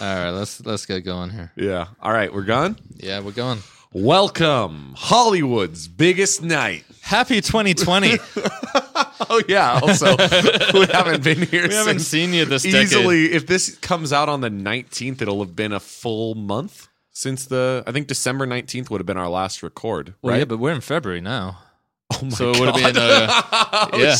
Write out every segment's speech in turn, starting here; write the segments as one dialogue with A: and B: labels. A: All right, let's let's get going here.
B: Yeah. All right, we're gone.
A: Yeah, we're going.
B: Welcome, Hollywood's biggest night.
A: Happy 2020.
B: Oh yeah. Also, we haven't been here.
A: we haven't
B: since
A: seen you this decade.
B: easily. If this comes out on the nineteenth, it'll have been a full month since the. I think December nineteenth would have been our last record,
A: Well,
B: right?
A: yeah, but we're in February now,
B: oh my
A: so it would have been uh,
B: God.
A: yeah.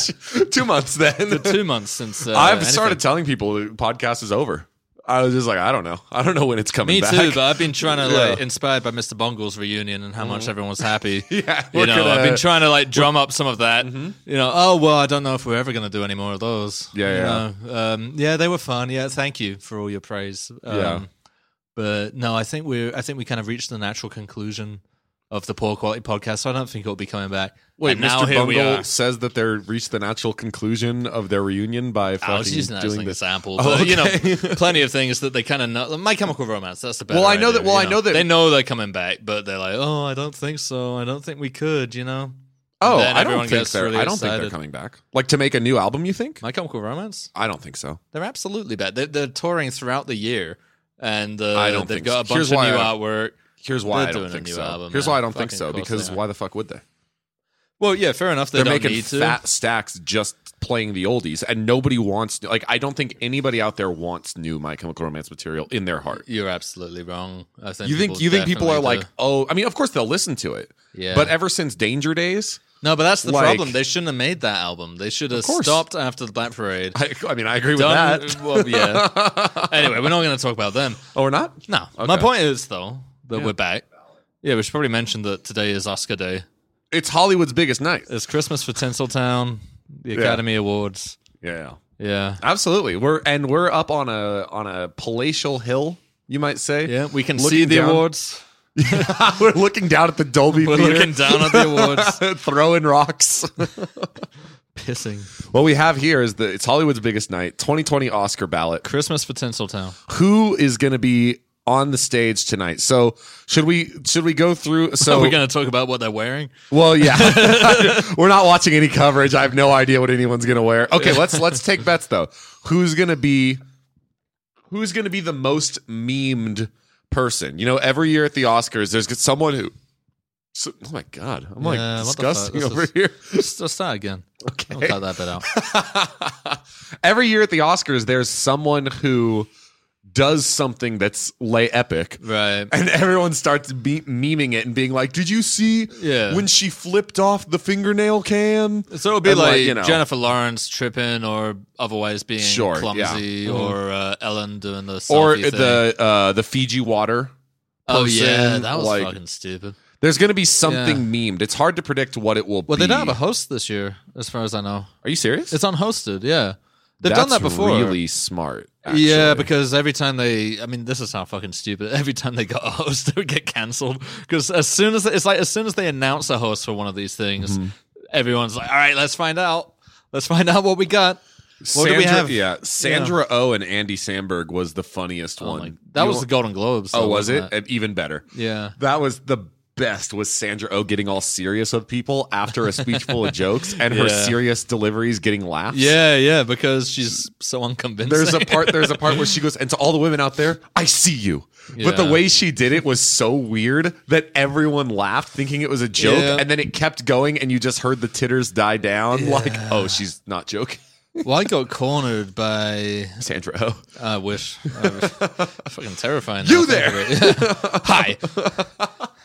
B: two months then.
A: two months since. Uh,
B: I've
A: anything.
B: started telling people the podcast is over. I was just like, I don't know. I don't know when it's coming
A: Me
B: back.
A: too, but I've been trying to like
B: Yeah. Mm.
A: inspired by Mr. Bungle's reunion and how much everyone was happy.
B: Yeah,
A: you
B: we're
A: know,
B: gonna-
A: I've been trying to like drum up some of that. You know, oh well, I don't know if we're ever going to do any more of those.
B: Mm-hmm. Yeah,
A: you
B: yeah.
A: know. Um, yeah, they were fun. Yeah, thank you for all your praise. Um,
B: Yeah.
A: but no, I think we're I think we kind of reached the natural conclusion of the poor quality podcast. So I don't think it'll be coming back.
B: Wait,
A: And
B: Mr.
A: now here we are.
B: Bungle says that they reached the natural conclusion of their reunion by fucking
A: I was using that as
B: doing
A: an
B: this.
A: example,
B: Oh,
A: but you
B: okay.
A: know, plenty of things that they kind of know. My Chemical Romance, that's the better
B: Well, I know
A: idea,
B: that- well,
A: you
B: I know that-
A: they know they're coming back, but they're like, oh, I don't think so. I don't think we could. You know,
B: Oh,
A: Then
B: I don't
A: everyone
B: think
A: gets
B: they're.
A: really
B: I don't think they're
A: excited.
B: coming back. Like to make a new album? You think?
A: My Chemical Romance,
B: I don't think so.
A: they're absolutely back. They're, they're touring throughout the year, and uh,
B: I don't
A: they've
B: think
A: got
B: so.
A: a bunch
B: Here's
A: of new
B: why I
A: artwork.
B: Here's why
A: They're
B: I don't
A: doing a
B: think
A: new
B: so.
A: album,
B: Here's
A: man.
B: why I don't think
A: Fucking
B: so.
A: course
B: Because
A: they are.
B: why the fuck would they?
A: Well, yeah, fair enough. They
B: They're
A: don't
B: making
A: need to.
B: fat stacks just playing the oldies, and nobody wants. Like, I don't think anybody out there wants new My Chemical Romance material in their heart.
A: You're absolutely wrong. I think
B: You think
A: people
B: you think people are
A: definitely
B: like,
A: do.
B: oh, I mean, of course they'll listen to it.
A: Yeah.
B: But ever since Danger Days,
A: no, but that's the
B: like-
A: problem. They shouldn't have made that album. They should have
B: course.
A: stopped after the Black Parade.
B: I, I mean, I agree with
A: Done-
B: that.
A: well, yeah. anyway, we're not going to talk about them.
B: Oh, we're not.
A: No.
B: Okay.
A: My point is though that
B: Yeah.
A: we're back. Yeah, we should probably mention that today is Oscar Day.
B: It's Hollywood's biggest night.
A: It's Christmas for Tinseltown, the Academy Awards.
B: Yeah,
A: Yeah.
B: absolutely. We're and we're up on a on a palatial hill, you might say.
A: Yeah, we can
B: Looking
A: see the
B: down-
A: awards.
B: we're looking down at the Dolby
A: We're
B: Theater,
A: looking down at the awards.
B: throwing rocks.
A: Pissing.
B: what we have here is the it's Hollywood's biggest night, 2020 Oscar ballot.
A: Christmas for Tinseltown.
B: Who is going to be on the stage tonight? So should we should we go through? So
A: Are we going to talk about what they're wearing?
B: Well, yeah, we're not watching any coverage. I have no idea what anyone's gonna wear. Okay, let's let's take bets though. Who's gonna be who's gonna be the most memed person? You know, every year at the Oscars, there's someone who. so- oh my god, I'm like
A: Yeah, what the fuck?
B: disgusting
A: This
B: over
A: is-
B: here.
A: Let's, let's start again. Okay. I'll cut that bit out.
B: every year at the Oscars, there's someone who does something that's lay epic,
A: Right.
B: And everyone starts be- memeing it and being like, "Did you see
A: Yeah.
B: when she flipped off the fingernail cam?"
A: So it'll be
B: And,
A: like,
B: like, you know-
A: Jennifer Lawrence tripping or otherwise being
B: Sure, yeah.
A: clumsy or uh, Ellen doing the selfie
B: or
A: thing.
B: the uh, the Fiji water.
A: oh yeah,
B: person,
A: that was
B: like-
A: fucking stupid.
B: There's going to be something memed. It's hard to predict what it will
A: Well,
B: be.
A: they don't have a host this year, as far as I know.
B: Are you serious?
A: It's unhosted. Yeah, they've done that
B: That's
A: before.
B: Really smart.
A: Yeah,
B: actually.
A: because every time they, I mean, this is how fucking stupid. Every time they got a host, they would get canceled. Because as soon as it's like as soon as they announce a host for one of these things,
B: Mm-hmm.
A: everyone's like, "All right, let's find out. Let's find out what we got." What do we
B: Sandra-
A: have?
B: Yeah, Sandra O and Andy Sandberg was the funniest one.
A: Like, Oh that
B: You
A: was
B: wa-
A: the Golden Globes.
B: oh,
A: though,
B: was
A: wasn't
B: it? And even better.
A: Yeah.
B: That was the best. Was Sandra O getting all serious with people after a speech full of jokes and her
A: Yeah.
B: serious deliveries getting laughs?
A: Yeah, yeah, because she's so unconvincing.
B: There's a part. There's a part where she goes, and to all the women out there, I see you. But the
A: Yeah.
B: way she did it was so weird that everyone laughed, thinking it was a joke,
A: Yeah.
B: and then it kept going, and you just heard the titters die down. Like, oh, she's not joking,
A: well, I got cornered by.
B: Sandra. Oh.
A: I wish. I wish. fucking terrifying.
B: You
A: now I think of it. Hi.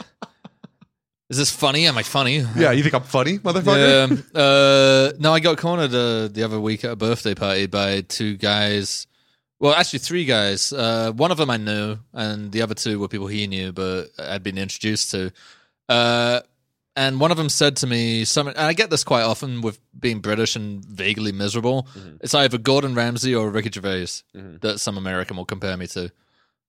A: Is this funny? Am I funny?
B: Yeah, you think I'm funny, motherfucker?
A: Yeah. Uh, no, I got cornered uh, the other week at a birthday party by two guys. Well, actually, three guys. Uh, one of them I knew, and the other two were people he knew, but I'd been introduced to. Uh, and one of them said to me, "Some." And I get this quite often with being British and vaguely miserable.
B: Mm-hmm.
A: It's either Gordon Ramsay or Ricky Gervais that some American will compare me to.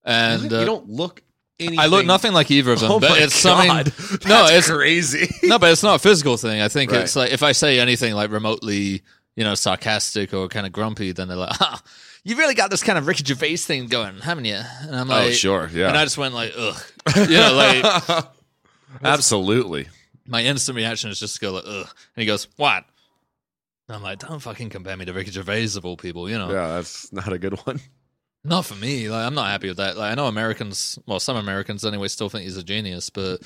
A: And
B: you
A: uh,
B: Mm-hmm. don't look. Anything.
A: I look nothing like either of them,
B: Oh
A: but
B: my
A: it's
B: God.
A: something. No,
B: That's
A: it's
B: crazy.
A: no, but it's not a physical thing. I think
B: Right.
A: it's like if I say anything like remotely, you know, sarcastic or kind of grumpy, then they're like, ah, you really got this kind of Ricky Gervais thing going, haven't you? And I'm like,
B: Oh, sure, yeah.
A: And I just went like, ugh, you know, like
B: Absolutely.
A: my instant reaction is just to go like, ugh. And he goes, what? And I'm like, don't fucking compare me to Ricky Gervais of all people, you know.
B: Yeah, that's not a good one.
A: Not for me. Like I'm not happy with that. Like I know Americans, well, some Americans anyway, still think he's a genius, but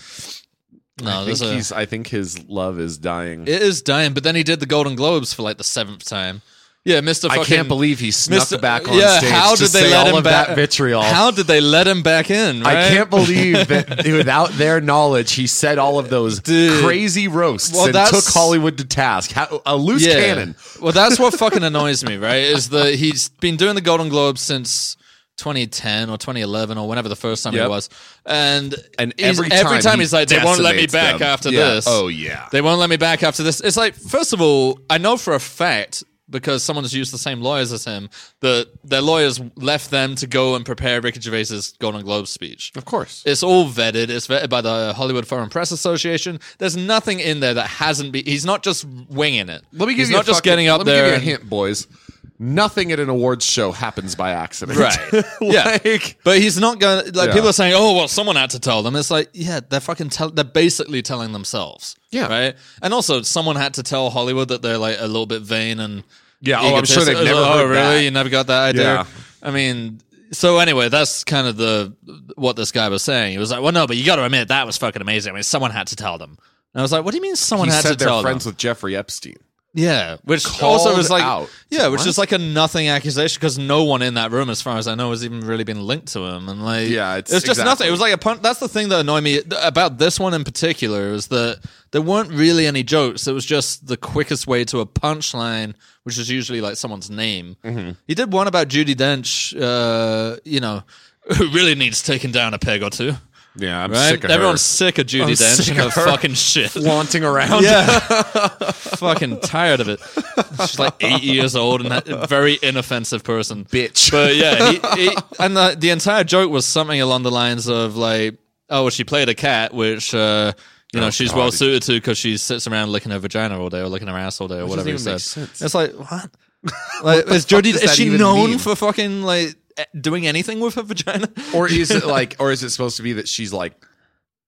A: no,
B: I
A: there's
B: think
A: Uh, a.
B: he's. I think his love is dying.
A: It is dying, but then he did the Golden Globes for like the seventh time. Yeah, Mr.
B: I
A: Fucking,
B: can't believe he snuck
A: Mr.
B: back on
A: Yeah,
B: stage
A: how
B: to
A: did they
B: say
A: let
B: all
A: him
B: of
A: back-
B: that vitriol.
A: How did they let him back in? Right?
B: I can't believe that without their knowledge, he said all of those
A: Dude.
B: crazy roasts
A: Well,
B: and
A: that's-
B: took Hollywood to task. How, a loose cannon.
A: Well, that's what fucking annoys me, right? Is that he's been doing the Golden Globes since 2010 or 2011 or whenever the first time
B: Yep.
A: he was, and
B: And
A: he's-
B: every time he
A: he's like, they won't let me
B: decimates
A: back
B: them."
A: after
B: Yeah.
A: this.
B: Oh, yeah.
A: they won't let me back after this. It's like, first of all, I know for a fact because someone's used the same lawyers as him that their lawyers left them to go and prepare Ricky Gervais's Golden Globe speech.
B: Of course.
A: It's all vetted. It's vetted by the Hollywood Foreign Press Association. There's nothing in there that hasn't been. He's not just winging it.
B: Let me give
A: he's
B: you
A: not
B: a
A: just
B: fucking-
A: getting up
B: let
A: there.
B: Me give
A: and-
B: you a hint, boys. Nothing at an awards show happens by accident.
A: Right.
B: like,
A: yeah. But he's not going to, like,
B: Yeah.
A: people are saying, oh, well, someone had to tell them. It's like, yeah, they're fucking, tell- they're basically telling themselves.
B: Yeah.
A: Right. And also, someone had to tell Hollywood that they're, like, a little bit vain and.
B: Yeah, oh, I'm sure
A: egotistic.
B: they've
A: It's
B: never
A: like, Oh,
B: heard
A: really?
B: that.
A: You never got that idea?
B: Yeah.
A: I mean, so anyway, that's kind of the, what this guy was saying. He was like, well, no, but you got to admit, that was fucking amazing. I mean, someone had to tell them. And I was like, what do you mean someone
B: He
A: had to
B: said
A: tell
B: they're
A: them?
B: friends with Jeffrey Epstein.
A: Yeah, which
B: Called
A: also was like,
B: out.
A: yeah, which
B: What?
A: is like a nothing accusation because no one in that room, as far as I know, has even really been linked to him, and like,
B: Yeah, it's-
A: it was just
B: exactly.
A: nothing. It was like a pun. That's the thing that annoyed me about this one in particular is that there weren't really any jokes. It was just the quickest way to a punchline, which is usually like someone's name.
B: Mm-hmm.
A: He did one about Judy Dench, uh, you know, who really needs taking down a peg or two.
B: Yeah, I'm
A: Right?
B: sick of
A: Everyone's sick of Judy
B: I'm
A: Dench.
B: sick of
A: Her
B: her.
A: fucking shit.
B: her. flaunting around.
A: Yeah. Fucking tired of it. She's like eight years old and a very inoffensive person.
B: Bitch.
A: But yeah, he, he, and the, the entire joke was something along the lines of like, oh, well, she played a cat, which, uh, you know,
B: Oh,
A: she's
B: God.
A: well suited to because she sits around licking her vagina all day or licking her ass all day or whatever he
B: doesn't even
A: said.
B: make sense.
A: It's like, what? Like, is Jodie,
B: does
A: is
B: that
A: she
B: even
A: known
B: mean?
A: for fucking like eh, doing anything with her vagina?
B: or is it like or is it supposed to be that she's like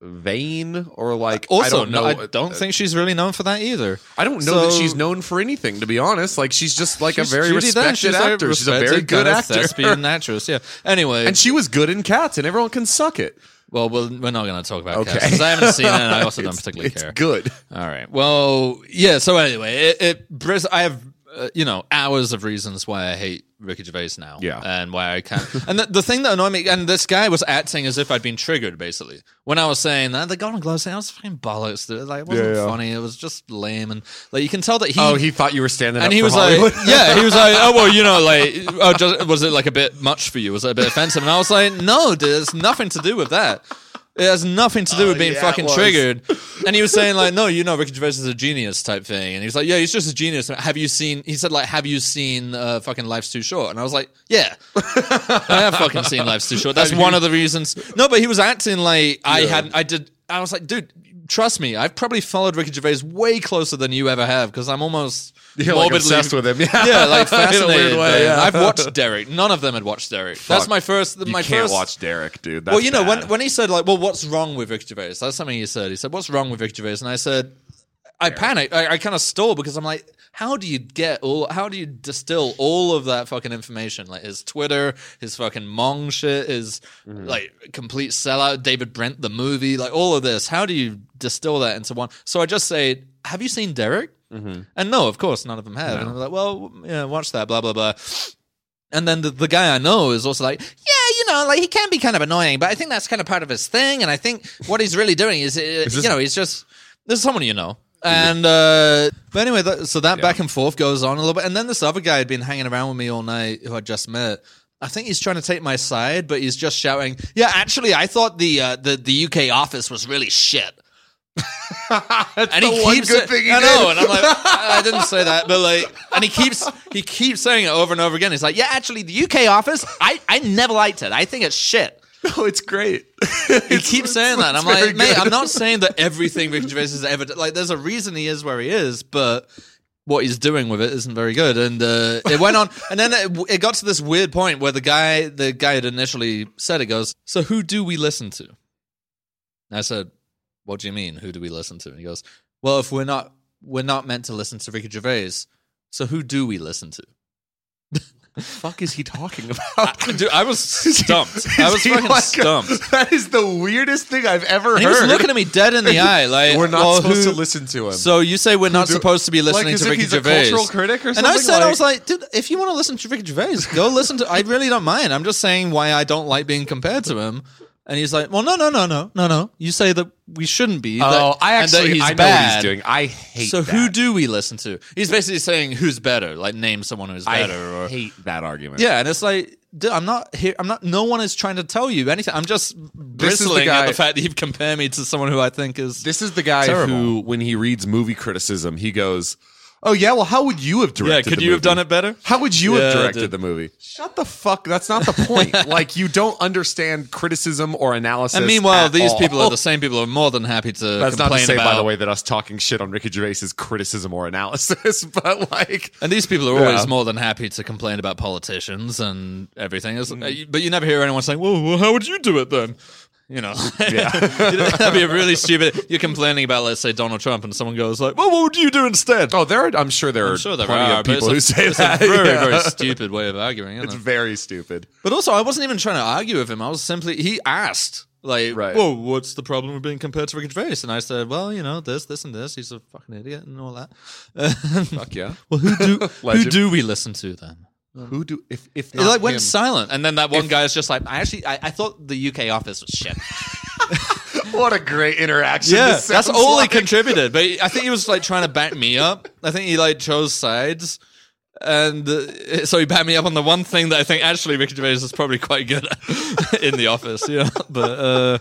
B: vain or like
A: Also,
B: I don't know Uh,
A: no, I don't think she's really known for that either.
B: I don't know that
A: so-
B: she's known for anything to be honest like she's just like
A: She's
B: a very
A: Judi Dench.
B: respected actor she's a very
A: respected
B: good
A: kind of
B: actor
A: thespian actress. Yeah. Anyway,
B: and she was good in Cats and everyone can suck it
A: well, we'll we're not going to talk about okay.
B: Okay.
A: I haven't seen it, and I also don't particularly
B: it's
A: care.
B: good
A: All right. Well, yeah. So anyway, it, it bris- I have uh, you know hours of reasons why I hate Ricky Gervais now.
B: Yeah.
A: and why I can't. and the, the thing that annoyed me, and this guy was acting as if I'd been triggered basically when I was saying that the Golden Globes thing. I was fucking bollocks. dude. Like it wasn't
B: Yeah, yeah.
A: funny. It was just lame, and like you can tell that he
B: oh he thought you were standing up
A: and he
B: for
A: was
B: Hollywood.
A: like, yeah, he was like, oh well, you know, like, oh, just, was it like a bit much for you? Was it a bit offensive? And I was like, no, dude, it's nothing to do with that. It has nothing to do with being
B: Oh, yeah, it
A: fucking
B: was.
A: triggered. And he was saying like, no, you know, Ricky Gervais is a genius type thing. And he was like, yeah, he's just a genius. Have you seen? He said like, have you seen uh, fucking Life's Too Short? And I was like, yeah, I have fucking seen Life's Too Short. That's one of the reasons. No, but he was acting like I hadn't. I did. I was like, dude, trust me. I've probably followed Ricky Gervais way closer than you ever have because I'm almost
B: You're, like,
A: morbidly
B: obsessed with him. Yeah.
A: yeah, like
B: In a weird
A: fascinated.
B: way,
A: by him.
B: yeah.
A: I've watched Derek. None of them had watched Derek. That's my first.
B: you
A: my
B: can't
A: first,
B: watch Derek dude That's
A: Well, you know when
B: bad.
A: when he said like, well, what's wrong with Ricky Gervais? That's something he said. He said, what's wrong with Ricky Gervais? And I said, I panicked. I, I kind of stalled because I'm like, how do you get all? How do you distill all of that fucking information? Like his Twitter, his fucking Mong shit, his
B: Mm-hmm.
A: like complete sellout. David Brent, the movie, like all of this. How do you distill that into one? So I just say, have you seen Derek?
B: Mm-hmm.
A: And no, of course, none of them have. And I'm like, well, w- yeah, watch that, blah blah blah. And then the, the guy I know is also like, yeah, you know, like he can be kind of annoying, but I think that's kind of part of his thing. And I think what he's really doing is, uh,
B: this-
A: you know, he's just this is someone you know. And uh, but anyway, that, so that back and forth goes on a little bit. And then this other guy had been hanging around with me all night, who I just met. I think he's trying to take my side, but he's just shouting, "Yeah, actually, I thought the uh, the the UK office was really shit." and
B: the one good thing he
A: I know,
B: did.
A: and I'm like, I I didn't say that, but like, and he keeps he keeps saying it over and over again. He's like, yeah, actually, the UK office, I I never liked it. I think it's shit.
B: oh it's great
A: He keeps saying that. And I'm
B: very
A: like, mate,
B: good."
A: I'm not saying that everything Ricky Gervais has ever done. Like, there's a reason he is where he is, but what he's doing with it isn't very good. And uh, it went on, and then it, it got to this weird point where the guy, the guy had initially said, it goes, so who do we listen to? And I said, what do you mean? Who do we listen to? And he goes, well, if we're not, we're not meant to listen to Ricky Gervais, so who do we listen to?
B: fuck is he talking about?
A: Dude, I was stumped. I
B: Is
A: was
B: he
A: fucking
B: like a-
A: stumped.
B: that is the weirdest thing I've ever
A: And he
B: heard.
A: was looking at me dead in the eye, like
B: We're not
A: well,
B: supposed
A: who-
B: to listen to him.
A: So you say we're not supposed to be listening
B: like, as
A: to
B: if
A: Ricky
B: he's
A: Gervais?
B: a cultural critic or
A: and
B: something.
A: I said, I was like, dude, if you want to listen to Ricky Gervais, go listen to. I really don't mind. I'm just saying why I don't like being compared to him. And he's like, well, no, no, no, no, no, no. You say that we shouldn't be.
B: oh,
A: that,
B: I
A: and that
B: actually,
A: he's
B: I know what
A: bad.
B: he's doing. I hate.
A: So
B: that.
A: who do we listen to? He's basically saying who's better, like name someone who's
B: I
A: better, or
B: hate that argument?
A: yeah. And it's like, dude, I'm not here. I'm not. No one is trying to tell you anything. I'm just
B: is the
A: bristling at
B: guy-
A: the fact that you've compared me to someone who I think is.
B: This is the guy
A: Terrible.
B: who, when he reads movie criticism, he goes, "Oh yeah, well, how would you have directed?
A: yeah, could
B: the
A: you have
B: movie?
A: done it better?
B: How would you
A: Yeah,
B: have directed
A: dude.
B: the movie? Shut the fuck. That's not the point. like you don't understand criticism or analysis.
A: And meanwhile,
B: at
A: these
B: all.
A: people are the same people who are more than happy to
B: That's not
A: complain
B: to say,
A: about.
B: by the way, that us talking shit on Ricky Gervais is criticism or analysis, but like,
A: And these people are
B: Yeah.
A: always more than happy to complain about politicians and everything. It's- But you never hear anyone saying, well, well, how would you do it then? You know, You know, that'd be really stupid. You're complaining about, let's say, Donald Trump, and someone goes like, "Well, what would you do instead?"
B: oh, there. Are, I'm sure there are
A: I'm sure there
B: plenty
A: are
B: of
A: but
B: people who
A: it's a-
B: say
A: it's
B: that.
A: a very,
B: Yeah.
A: very stupid way of arguing. Isn't
B: It's
A: it?
B: very stupid.
A: But also, I wasn't even trying to argue with him. I was simply he asked, like,
B: Right.
A: "Whoa, what's the problem with being compared to Ricky Gervais?" And I said, "Well, you know, this, this, and this. He's a fucking idiot and all that."
B: Fuck yeah.
A: well, who do who
B: Legend.
A: do we listen to then?
B: Who do if if
A: It
B: not
A: like went
B: him-
A: silent, and then that one guy's just like, "I actually, I, I thought the UK office was shit."
B: What a great interaction.
A: yeah,
B: this
A: that's
B: sounds
A: all
B: like.
A: he contributed. But I think he was like trying to back me up. I think he like chose sides. And uh, so he backed me up on the one thing that I think actually Ricky Gervais is probably quite good at in the office, you know. But uh,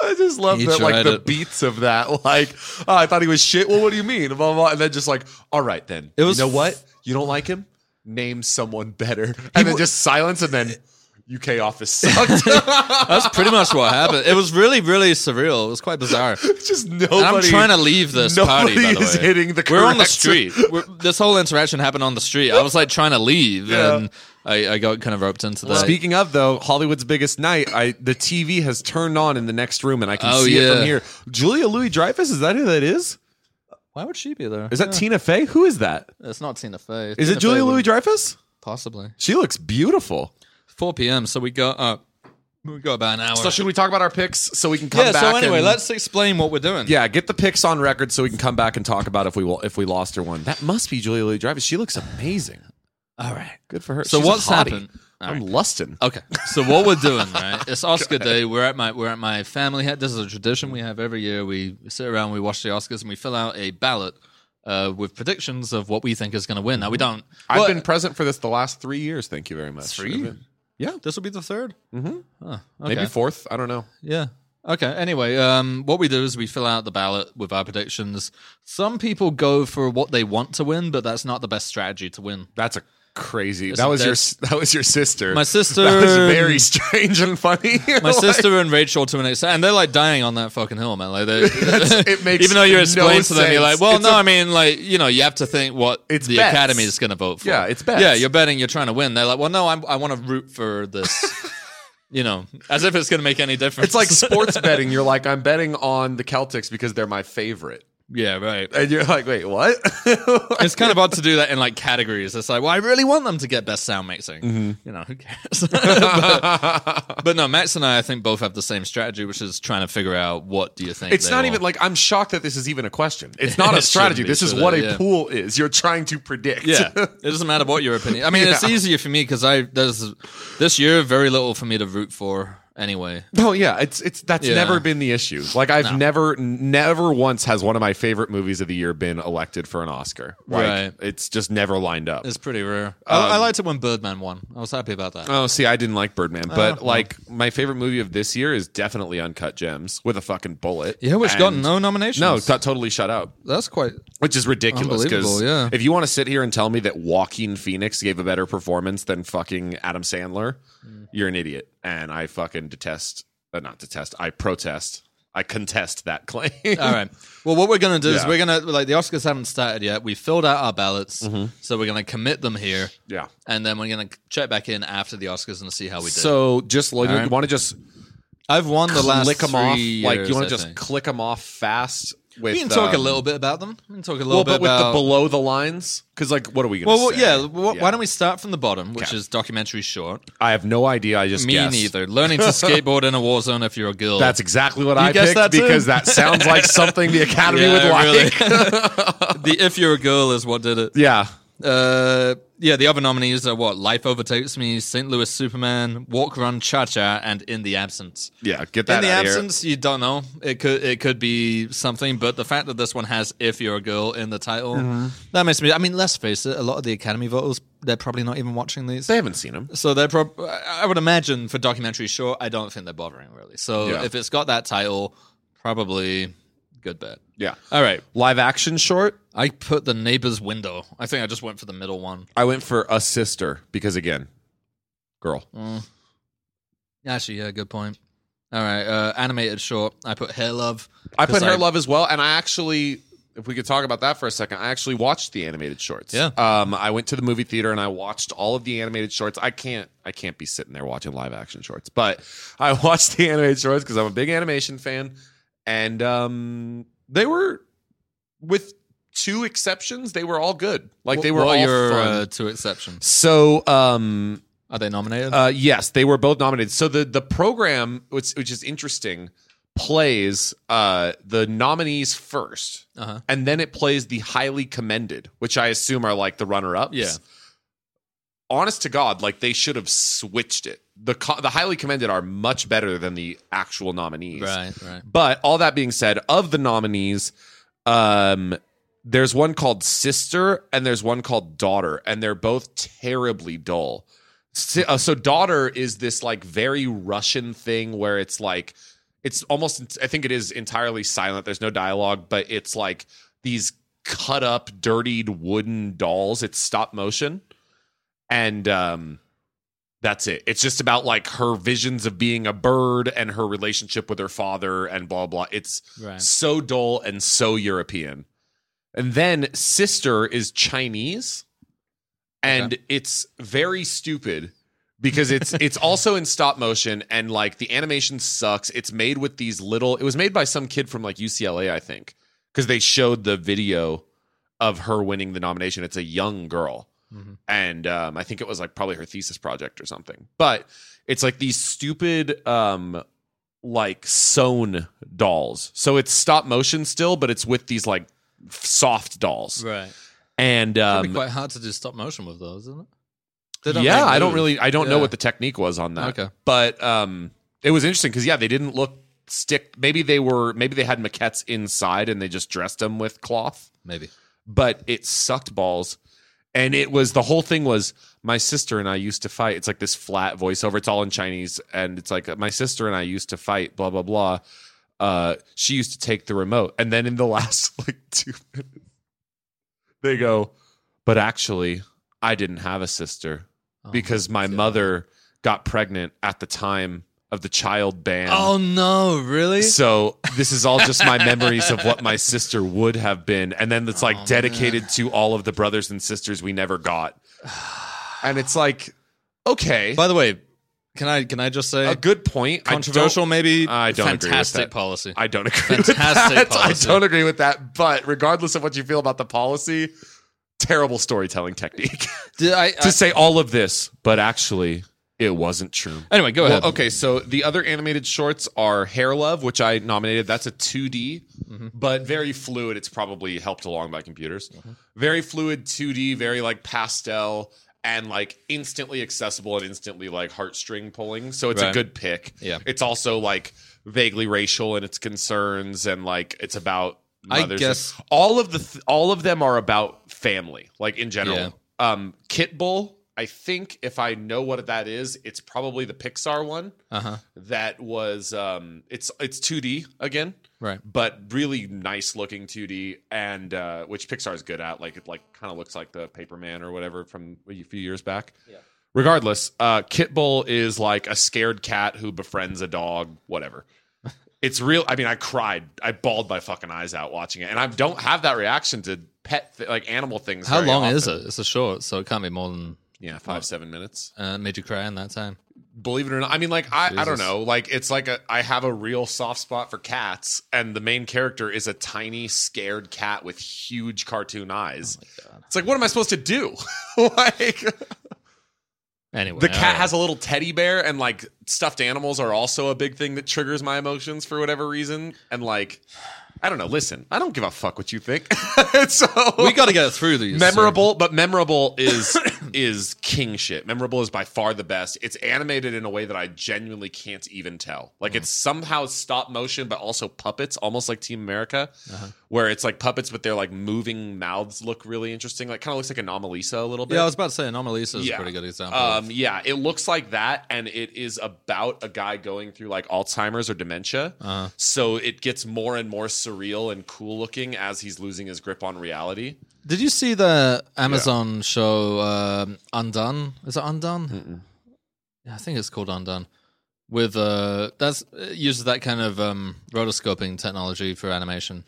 B: I just love
A: He
B: that, like
A: tried
B: the
A: it.
B: beats of that. Like, oh, I thought he was shit. Well, what do you mean? Blah, blah, blah. And then just like, all right, then.
A: It was-
B: you know what? You don't like him? Name someone better. And then
A: wa-
B: just silence and then UK office sucked.
A: That's pretty much what happened. It was really, really surreal. It was quite bizarre.
B: just nobody.
A: And I'm trying to leave this party. By the
B: nobody is
A: way,
B: hitting the
A: we're on the
B: correct-
A: street. We're, this whole interaction happened on the street. I was like trying to leave,
B: Yeah.
A: and I, I got kind of roped into that.
B: Speaking of though, Hollywood's biggest night, I the TV has turned on in the next room and I can
A: Oh,
B: see it
A: yeah.
B: from here. Julia Louis Dreyfus, is that who that is?
A: Why would she be there?
B: Is that Tina Fey? Who is that?
A: It's not Tina Fey.
B: Is it Julia Louis Dreyfus?
A: Possibly.
B: She looks beautiful.
A: 4 p.m. So we got uh, we got about an hour.
B: So should we talk about our picks so we can come
A: yeah.
B: back?
A: So anyway,
B: and-
A: let's explain what we're doing.
B: yeah, get the picks on record so we can come back and talk about if we will, if we lost her one. That must be Julia Louis Dreyfus. She looks amazing.
A: All right.
B: Good for her.
A: So
B: She's a
A: what's
B: hottie.
A: happened? All
B: I'm lusting.
A: Okay, so what we're doing, right? It's Oscar Day. We're at my we're at my family. ha- This is a tradition we have every year. We sit around, we watch the Oscars, and we fill out a ballot uh, with predictions of what we think is going to win. Now we don't.
B: I've
A: well,
B: been present for this the last three years. Thank you very much.
A: Three?
B: I've been- Yeah,
A: This will be the third. Mm-hmm. okay.
B: maybe fourth. I don't know.
A: Yeah. Okay. Anyway, um, what we do is we fill out the ballot with our predictions. Some people go for what they want to win, but that's not the best strategy to win.
B: That's a crazy.
A: a
B: that was
A: dead-
B: your s- that was your sister.
A: My sister-
B: That was very strange and funny.
A: My sister and Rachel to an extent, and they're like dying on that fucking hill, man. Like they,
B: it makes
A: even though you
B: no
A: explain to them, you're like,
B: sense.
A: well,
B: It's
A: no,
B: a-
A: I mean, like you know, you have to think what
B: It's
A: the
B: bets.
A: academy is going to vote for.
B: Yeah, it's bets.
A: Yeah, you're betting, you're trying to win. They're like, well, no, I'm, I want to root for this. you know, as if it's going to make any difference.
B: It's like sports betting. You're like, I'm betting on the Celtics because they're my favorite,
A: yeah, right.
B: and you're like, wait, what?
A: It's kind of odd to do that in like categories. It's like, well, I really want them to get best sound mixing.
B: Mm-hmm.
A: You know, who cares? but, but no, Max and I, I think both have the same strategy, which is trying to figure out what do you think.
B: It's
A: they
B: not
A: will-
B: even like I'm shocked that this is even a question. It's
A: It
B: not a
A: shouldn't
B: strategy.
A: be,
B: This is
A: should
B: what
A: it?
B: a
A: Yeah.
B: pool is. You're trying to predict.
A: Yeah, it doesn't matter what your opinion. I mean, it's
B: Yeah.
A: easier for me because I there's this year very little for me to root for anyway.
B: no, yeah. It's it's that's
A: Yeah.
B: never been the issue. Like I've never never once has one of my favorite movies of the year been elected for an Oscar. Like,
A: Right.
B: It's just never lined up.
A: It's pretty rare. I, I
B: Um,
A: liked it when Birdman won. I was happy about that.
B: Oh, see, I didn't like Birdman,
A: Uh-huh.
B: but like my favorite movie of this year is definitely Uncut Gems with a fucking bullet.
A: yeah, which
B: And-
A: got no nominations.
B: no, t- totally shut out.
A: that's quite.
B: Which is ridiculous because
A: Unbelievable, yeah.
B: if you want to sit here and tell me that Joaquin Phoenix gave a better performance than fucking Adam Sandler,
A: Mm.
B: you're an idiot. And I fucking detest, uh, not detest, I protest, I contest that claim.
A: All right. Well, what we're gonna do is
B: Yeah.
A: we're gonna like the Oscars haven't started yet. We filled out our ballots,
B: Mm-hmm.
A: so we're gonna commit them here,
B: yeah.
A: and then we're gonna check back in after the Oscars and see how we did.
B: So just like,
A: right.
B: you want to just
A: I've won the last
B: click them off?
A: three
B: like,
A: years,
B: you want
A: I
B: to just
A: think.
B: click them off fast? with
A: we can talk a
B: um,
A: little bit about them. We can talk a little
B: Well,
A: bit
B: but with
A: about
B: the below the lines, because like, what are we going
A: well, well,
B: to say?
A: yeah, wh-
B: Yeah.
A: Why don't we start from the bottom, which
B: Okay.
A: is documentary short.
B: I have no idea. I just
A: Me
B: guessed.
A: neither. Learning to skateboard in a war zone if you're a girl.
B: That's exactly what I
A: guessed
B: picked
A: that too?
B: because that sounds like something the Academy
A: Yeah,
B: would like.
A: really. the if you're a girl is what did it.
B: Yeah,
A: Uh, yeah, the other nominees are what Life Overtakes Me, St. Louis Superman, Walk Run Cha Cha, and In the Absence.
B: yeah. Get
A: In
B: that
A: the
B: out of here.
A: absence, you don't know. It could it could be something, but the fact that this one has "If You're a Girl" in the title,
B: Mm-hmm.
A: that makes me. I mean, let's face it. A lot of the Academy voters, they're probably not even watching these.
B: They haven't seen him.
A: So they're prob- I I would imagine for documentary short, I don't think they're bothering really. So
B: Yeah.
A: if it's got that title, probably good bet.
B: Yeah.
A: All right,
B: Live action short.
A: I put the neighbor's window. I think I just went for the middle one.
B: I went for a sister because again, girl.
A: Actually, yeah, good point. All right, uh, animated short. I put Hair Love.
B: I put
A: 'Cause
B: her
A: I-
B: love as well, and I actually, if we could talk about that for a second, I actually watched the animated shorts.
A: Yeah.
B: Um, I went to the movie theater and I watched all of the animated shorts. I can't, I can't be sitting there watching live action shorts, but I watched the animated shorts because I'm a big animation fan, and um, they were, with two exceptions, they were all good. Like they were
A: What
B: all
A: are your
B: fun.
A: uh, two exceptions?
B: so um
A: Are they nominated?
B: Uh, yes, they were both nominated. So the the program, which which is interesting, plays uh, the nominees 1st
A: Uh-huh.
B: and then it plays the highly commended, which I assume are like the runner ups.
A: Yeah.
B: Honest to God, like they should have switched it. The co- the highly commended are much better than the actual nominees.
A: right, right.
B: But all that being said, of the nominees, um, there's one called Sister and there's one called Daughter, and they're both terribly dull. Si- uh, So, Daughter is this like very Russian thing where it's like, it's almost, I think it is entirely silent. There's no dialogue, but it's like these cut up, dirtied wooden dolls. It's stop motion. And, um, that's it. It's just about like her visions of being a bird and her relationship with her father and blah blah. It's
A: Right.
B: so dull and so European. And then sister is Chinese, and it's very stupid because it's it's also in stop motion and like the animation sucks. It's made with these little. It was made by some kid from like UCLA, I think, because they showed the video of her winning the nomination. It's a young girl
A: Mm-hmm.
B: and um, I think it was like probably her thesis project or something. But it's like these stupid, um, like sewn dolls. So it's stop motion still, but it's with these like f- soft dolls.
A: Right.
B: And
A: Probably
B: um,
A: quite hard to do stop motion with those, isn't it?
B: yeah,
A: make
B: I don't
A: moves.
B: really, I don't know
A: Yeah.
B: what the technique was on that.
A: Okay.
B: but um, it was interesting because yeah, they didn't look stick. Maybe they were, maybe they had maquettes inside and they just dressed them with cloth.
A: Maybe.
B: but it sucked balls. And it was the whole thing was my sister and I used to fight. It's like this flat voiceover. It's all in Chinese, and it's like my sister and I used to fight. Blah blah blah. Uh, she used to take the remote, and then in the last like two minutes, they go, "But actually, I didn't have a sister
A: Oh,
B: because my
A: God.
B: mother got pregnant at the time of the child ban."
A: Oh no! Really?
B: So this is all just my memories of what my sister would have been, and then it's like
A: Oh,
B: dedicated to all of the brothers and sisters we never got, and it's like, okay,
A: By the way, can I can I just say
B: a good point. I don't-
A: controversial? maybe.
B: I don't agree with
A: Fantastic
B: that.
A: policy.
B: I don't agree
A: Fantastic
B: with that.
A: policy.
B: I don't agree with that. But regardless of what you feel about the policy, terrible storytelling technique
A: Did I,
B: to say all of this, but actually, it wasn't true.
A: I- anyway, go
B: Well,
A: ahead.
B: okay, so the other animated shorts are Hair Love, which I nominated. That's a 2D,
A: Mm-hmm.
B: but very fluid. It's probably helped along by computers.
A: Mm-hmm.
B: Very fluid 2D, very like pastel and like instantly accessible and instantly like heartstring pulling. So it's a
A: Right.
B: good pick.
A: Yeah.
B: It's also like vaguely racial in its concerns and like it's about
A: I
B: mothers.
A: guess-
B: all of the th- all of them are about family, like in general.
A: Yeah.
B: Um Kitbull, I think if I know what that is, it's probably the Pixar one
A: Uh huh.
B: that was um it's it's 2D again,
A: Right.
B: but really nice looking 2D and uh which Pixar's good at like it like kind of looks like the Paperman or whatever from a few years back.
A: Yeah.
B: Regardless, uh Kitbull is like a scared cat who befriends a dog, whatever. It's real. I mean, I cried. I bawled my fucking eyes out watching it, and I don't have that reaction to pet th- like animal things.
A: How
B: very
A: long is
B: often.
A: it? It's a short, so it can't be more than
B: Yeah, five seven minutes.
A: uh, made you cry in that time.
B: Believe it or not, I mean, like I, I don't
A: Jesus.
B: know, like it's like a I have a real soft spot for cats, and the main character is a tiny scared cat with huge cartoon
A: Oh
B: eyes. it's like, what am I supposed to do? like
A: Anyway,
B: the cat
A: alright.
B: has a little teddy bear, and like stuffed animals are also a big thing that triggers my emotions for whatever reason. And like, I don't know. Listen, I don't give a fuck what you think. so
A: We got to get through these.
B: memorable but memorable is is king shit memorable is by far the best it's animated in a way that i genuinely can't even tell like
A: Mm-hmm.
B: it's somehow stop motion but also puppets almost like team america
A: Uh-huh.
B: where it's like puppets but they're like moving mouths look really interesting like kind of looks like anomalisa a little
A: So.
B: bit
A: Yeah, I was about to say Anomalisa is a pretty good example. of-
B: um, yeah, it looks like that, and it is about a guy going through like Alzheimer's or dementia.
A: Uh-huh.
B: So it gets more and more surreal and cool looking as he's losing his grip on reality.
A: Did you see the Amazon show um, Undone? Is it Undone? Yeah, I think it's called Undone. With uh, that's it uses that kind of um, rotoscoping technology for animation.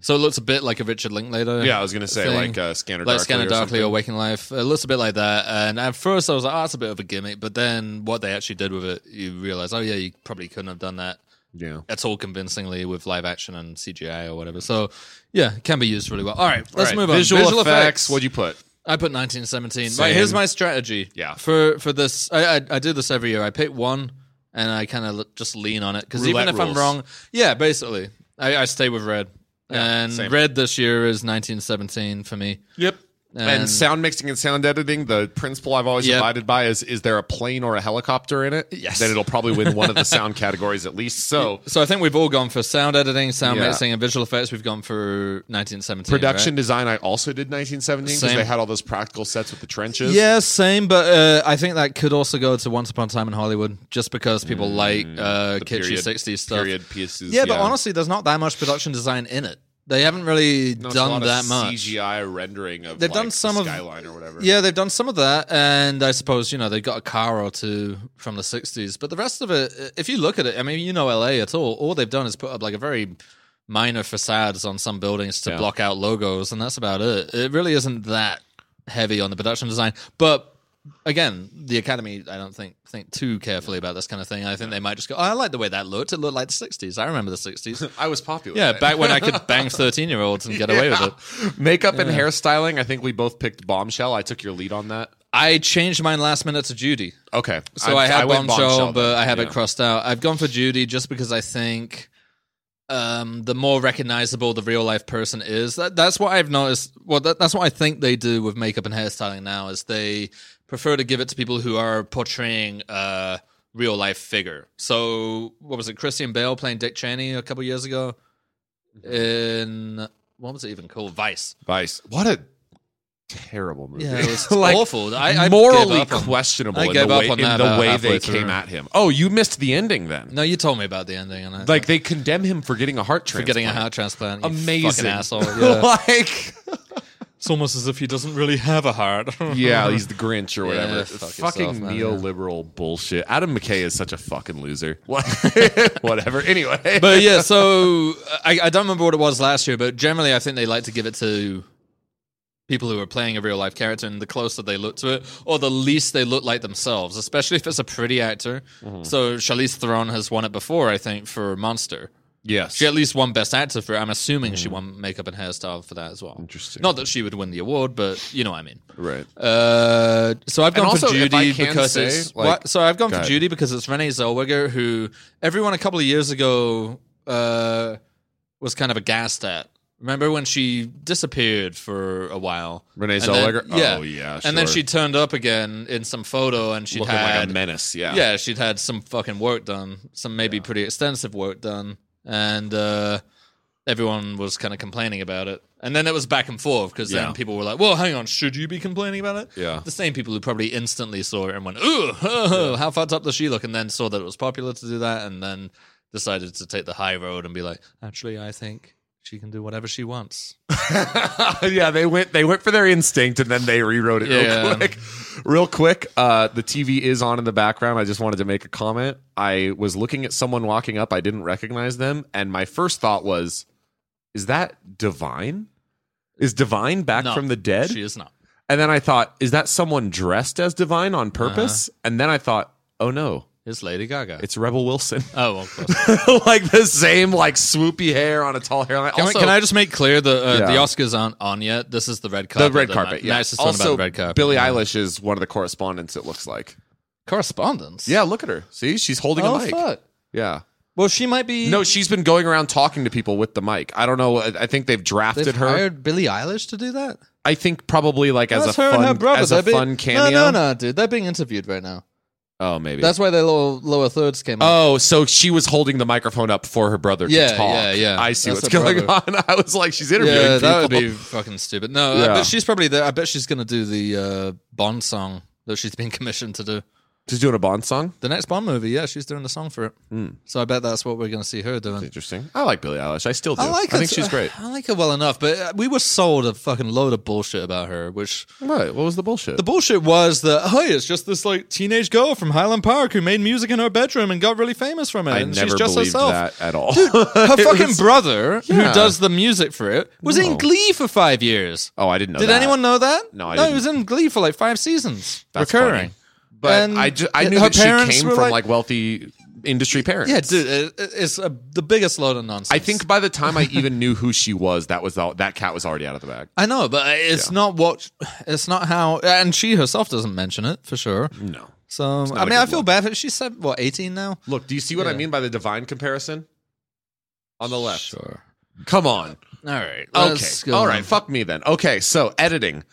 A: So it looks a bit like a Richard Linklater.
B: Hmm. Yeah, I was gonna say
A: thing.
B: like uh, Scanner
A: like
B: Darkly
A: Scanner
B: or
A: Darkly
B: something.
A: or Waking Life. It looks a bit like that. And at first I was like, oh, that's a bit of a gimmick. But then what they actually did with it, you realize, oh, yeah, you probably couldn't have done that
B: Yeah.
A: at all convincingly with live action and CGI or whatever. So yeah, it can be used really well. All right, let's
B: All right,
A: move on.
B: Visual, effects. What'd you put?
A: I put 1917.
B: Same.
A: Right, here's my strategy.
B: Yeah.
A: For for this, I I, I do this every year. I pick one and I kind of just lean on it because even
B: Roulette
A: if I'm
B: rules.
A: wrong, yeah, basically, I, I stay with red. and
B: same.
A: red this year is 1917 for me.
B: Yep. And,
A: And-
B: sound mixing and sound editing, the principle I've always
A: Yep.
B: abided by is is there a plane or a helicopter in it?
A: Yes.
B: Then it'll probably win one of the sound categories at least. So
A: So I think we've all gone for sound editing, sound
B: Yeah.
A: mixing, and visual effects. We've gone for 1917. right?
B: production design I also did 1917 because
A: Same.
B: they had all those practical sets with the trenches.
A: Yeah, same, but uh, I think that could also go to Once Upon a Time in Hollywood, just because people like uh,
B: Mm, the
A: kitschy
B: period-
A: 60s stuff.
B: Period pieces.
A: Yeah, but honestly, there's not that much production design in it. They haven't really
B: No, it's a
A: done
B: lot of
A: that much.
B: CGI rendering of
A: They've done
B: like, the
A: some of-
B: skyline or whatever.
A: Yeah, they've done some of that, and I suppose you know they got a car or two from the '60s, but the rest of it, if you look at it, I mean, you know, LA at all? All they've done is put up like a very minor facades on some buildings to
B: Yeah.
A: block out logos, and that's about it. It really isn't that heavy on the production design, but again, the Academy, I don't think think too carefully about this kind of thing. I think they might just go, "Oh, I like the way that looked. It looked like the '60s. I remember the '60s."
B: I was popular.
A: Yeah,
B: then.
A: back when I could bang thirteen-year-olds and get away with it.
B: Makeup and hairstyling. I think we both picked Bombshell. I took your lead on that.
A: I changed mine last minute to Judy.
B: Okay.
A: So I, had
B: went
A: bombshell, but
B: then.
A: I have
B: Yeah.
A: it crossed out. I've gone for Judy just because I think um, the more recognizable the real life person is. That, that's what I've noticed. Well, that, that's what I think they do with makeup and hairstyling now is they prefer to give it to people who are portraying a real life figure. So what was it? Christian Bale playing Dick Cheney a couple years ago in what was it even called? Vice.
B: Vice. What a terrible movie.
A: Yeah, it was
B: Like,
A: awful. I, I gave
B: morally
A: up on-
B: questionable
A: I
B: in
A: gave
B: the
A: up
B: way,
A: on
B: in
A: that
B: the
A: about
B: way
A: halfway
B: they
A: through.
B: came at him. Oh, you missed the ending then.
A: No, you told me about the ending, and I,
B: Like they condemn him for getting a heart
A: for
B: transplant.
A: getting a heart transplant. You
B: Amazing.
A: fucking asshole. Yeah.
B: like
A: It's almost as if he doesn't really have a heart.
B: yeah, he's the Grinch or whatever.
A: Yeah, fuck yourself,
B: fucking
A: man, yeah.
B: neoliberal bullshit. Adam McKay is such a fucking loser. What? whatever. Anyway,
A: but yeah, so I, I don't remember what it was last year, but generally I think they like to give it to people who are playing a real life character, and the closer they look to it, or the least they look like themselves, especially if it's a pretty actor. So Charlize Theron has won it before, I think, for Monster.
B: yes.
A: She at least won Best Actor for. it. I'm assuming she won makeup and hairstyle for that as well.
B: Interesting.
A: Not that she would win the award, but you know what I mean.
B: Right.
A: Uh, so I've gone
B: also,
A: for
B: if I
A: Judy
B: can
A: because
B: say,
A: it's
B: like-
A: what, so I've gone
B: Go
A: for
B: ahead.
A: Judy because it's Renee Zellweger who everyone a couple of years ago uh, was kind of aghast at. Remember when she disappeared for a while?
B: Renee
A: And
B: Zellweger?
A: Then, yeah.
B: Oh, yeah,
A: And then
B: sure.
A: she turned up again in some photo, and she
B: Looking
A: had
B: like a menace. Yeah.
A: yeah, she'd had some fucking work done, some maybe pretty extensive work done, and uh, everyone was kind of complaining about it. And then it was back and forth because
B: Yeah.
A: then people were like, "Well, hang on, should you be complaining about it?"
B: Yeah.
A: the same people who probably instantly saw it and went, "Ooh, how fucked up does she look?" and then saw that it was popular to do that, and then decided to take the high road and be like, "Actually, I think." She can do whatever she wants.
B: yeah, they went they went for their instinct and then they rewrote it real
A: Yeah.
B: quick. Real quick, uh, the TV is on in the background. I just wanted to make a comment. I was looking at someone walking up. I didn't recognize them, and my first thought was, "Is that Divine? Is Divine back
A: No,
B: from the dead?"
A: She is not. Uh-huh.
B: And then I thought, "Is that someone dressed as Divine on purpose?" And then I thought, oh no,
A: It's Lady Gaga.
B: it's Rebel Wilson.
A: oh, well, of course.
B: like the same like swoopy hair on a tall hairline.
A: Can,
B: also,
A: I, can I just make clear that uh, the
B: Yeah.
A: Oscars aren't on yet? This is the red
B: the
A: carpet.
B: red
A: that
B: carpet?
A: Ma-
B: Yeah.
A: Matt's just talking
B: also,
A: about the red carpet.
B: Billie
A: Yeah.
B: Eilish is one of the correspondents. It looks like.
A: Correspondence?
B: Yeah, look at her. See, she's holding
A: Oh,
B: a mic.
A: fuck.
B: Yeah.
A: Well, she might be.
B: No, she's been going around talking to people with the mic. I don't know. I I think they've drafted
A: they've
B: her.
A: hired Billie Eilish to do that?
B: I think probably like as a
A: That's her and her
B: fun
A: brother.
B: as a
A: They're being-
B: fun cameo.
A: No, no, no, dude. They're being interviewed right now.
B: Oh, maybe.
A: That's why their lower, lower thirds came up.
B: oh, so she was holding the microphone up for her brother
A: Yeah,
B: to talk.
A: yeah, yeah.
B: I see
A: That's
B: what's
A: her
B: going on. I was like, she's interviewing
A: yeah,
B: people.
A: that would be fucking stupid. No, I
B: Yeah.
A: bet she's probably there. I bet she's going to do the uh, Bond song that she's been commissioned to do.
B: She's doing a Bond song.
A: The next Bond movie, yeah, she's doing the song for it.
B: Hmm.
A: So I bet that's what we're going to see her doing.
B: Interesting. I like Billie Eilish. I still do.
A: I like her. uh,
B: think she's great.
A: I like her well enough, but uh, we were sold a fucking load of bullshit about her, which
B: What? What was the bullshit?
A: the bullshit was that, oh, hey, it's just this like teenage girl from Highland Park who made music in her bedroom and got really famous from it.
B: I
A: and
B: never
A: she's just
B: believed
A: herself.
B: that at all.
A: Her
B: It
A: fucking
B: was-
A: brother, who
B: Yeah.
A: does the music for it, was in
B: No.
A: Glee for five years.
B: oh, I didn't know.
A: Did
B: that.
A: anyone know that?
B: No, I
A: he
B: didn't.
A: was in Glee for like five seasons,
B: That's
A: recurring.
B: funny. But
A: And
B: I, ju- I knew
A: her
B: that she
A: parents
B: came
A: were
B: from
A: like-
B: like, wealthy industry parents.
A: Yeah, dude, it, it- it's uh the biggest load of nonsense.
B: I think by the time I even knew who she was, that was all, that cat was already out of the bag.
A: I know, but it's not what, it's not how, and she herself doesn't mention it for sure.
B: No.
A: So I
B: a
A: mean, I
B: good
A: feel bad. For, she said what eighteen now?
B: Look, do you see what
A: Yeah.
B: I mean by the divine comparison? On the left.
A: Sure.
B: Come on.
A: All right. let's
B: Okay.
A: go
B: All
A: on.
B: right. Fuck me then. Okay. So editing.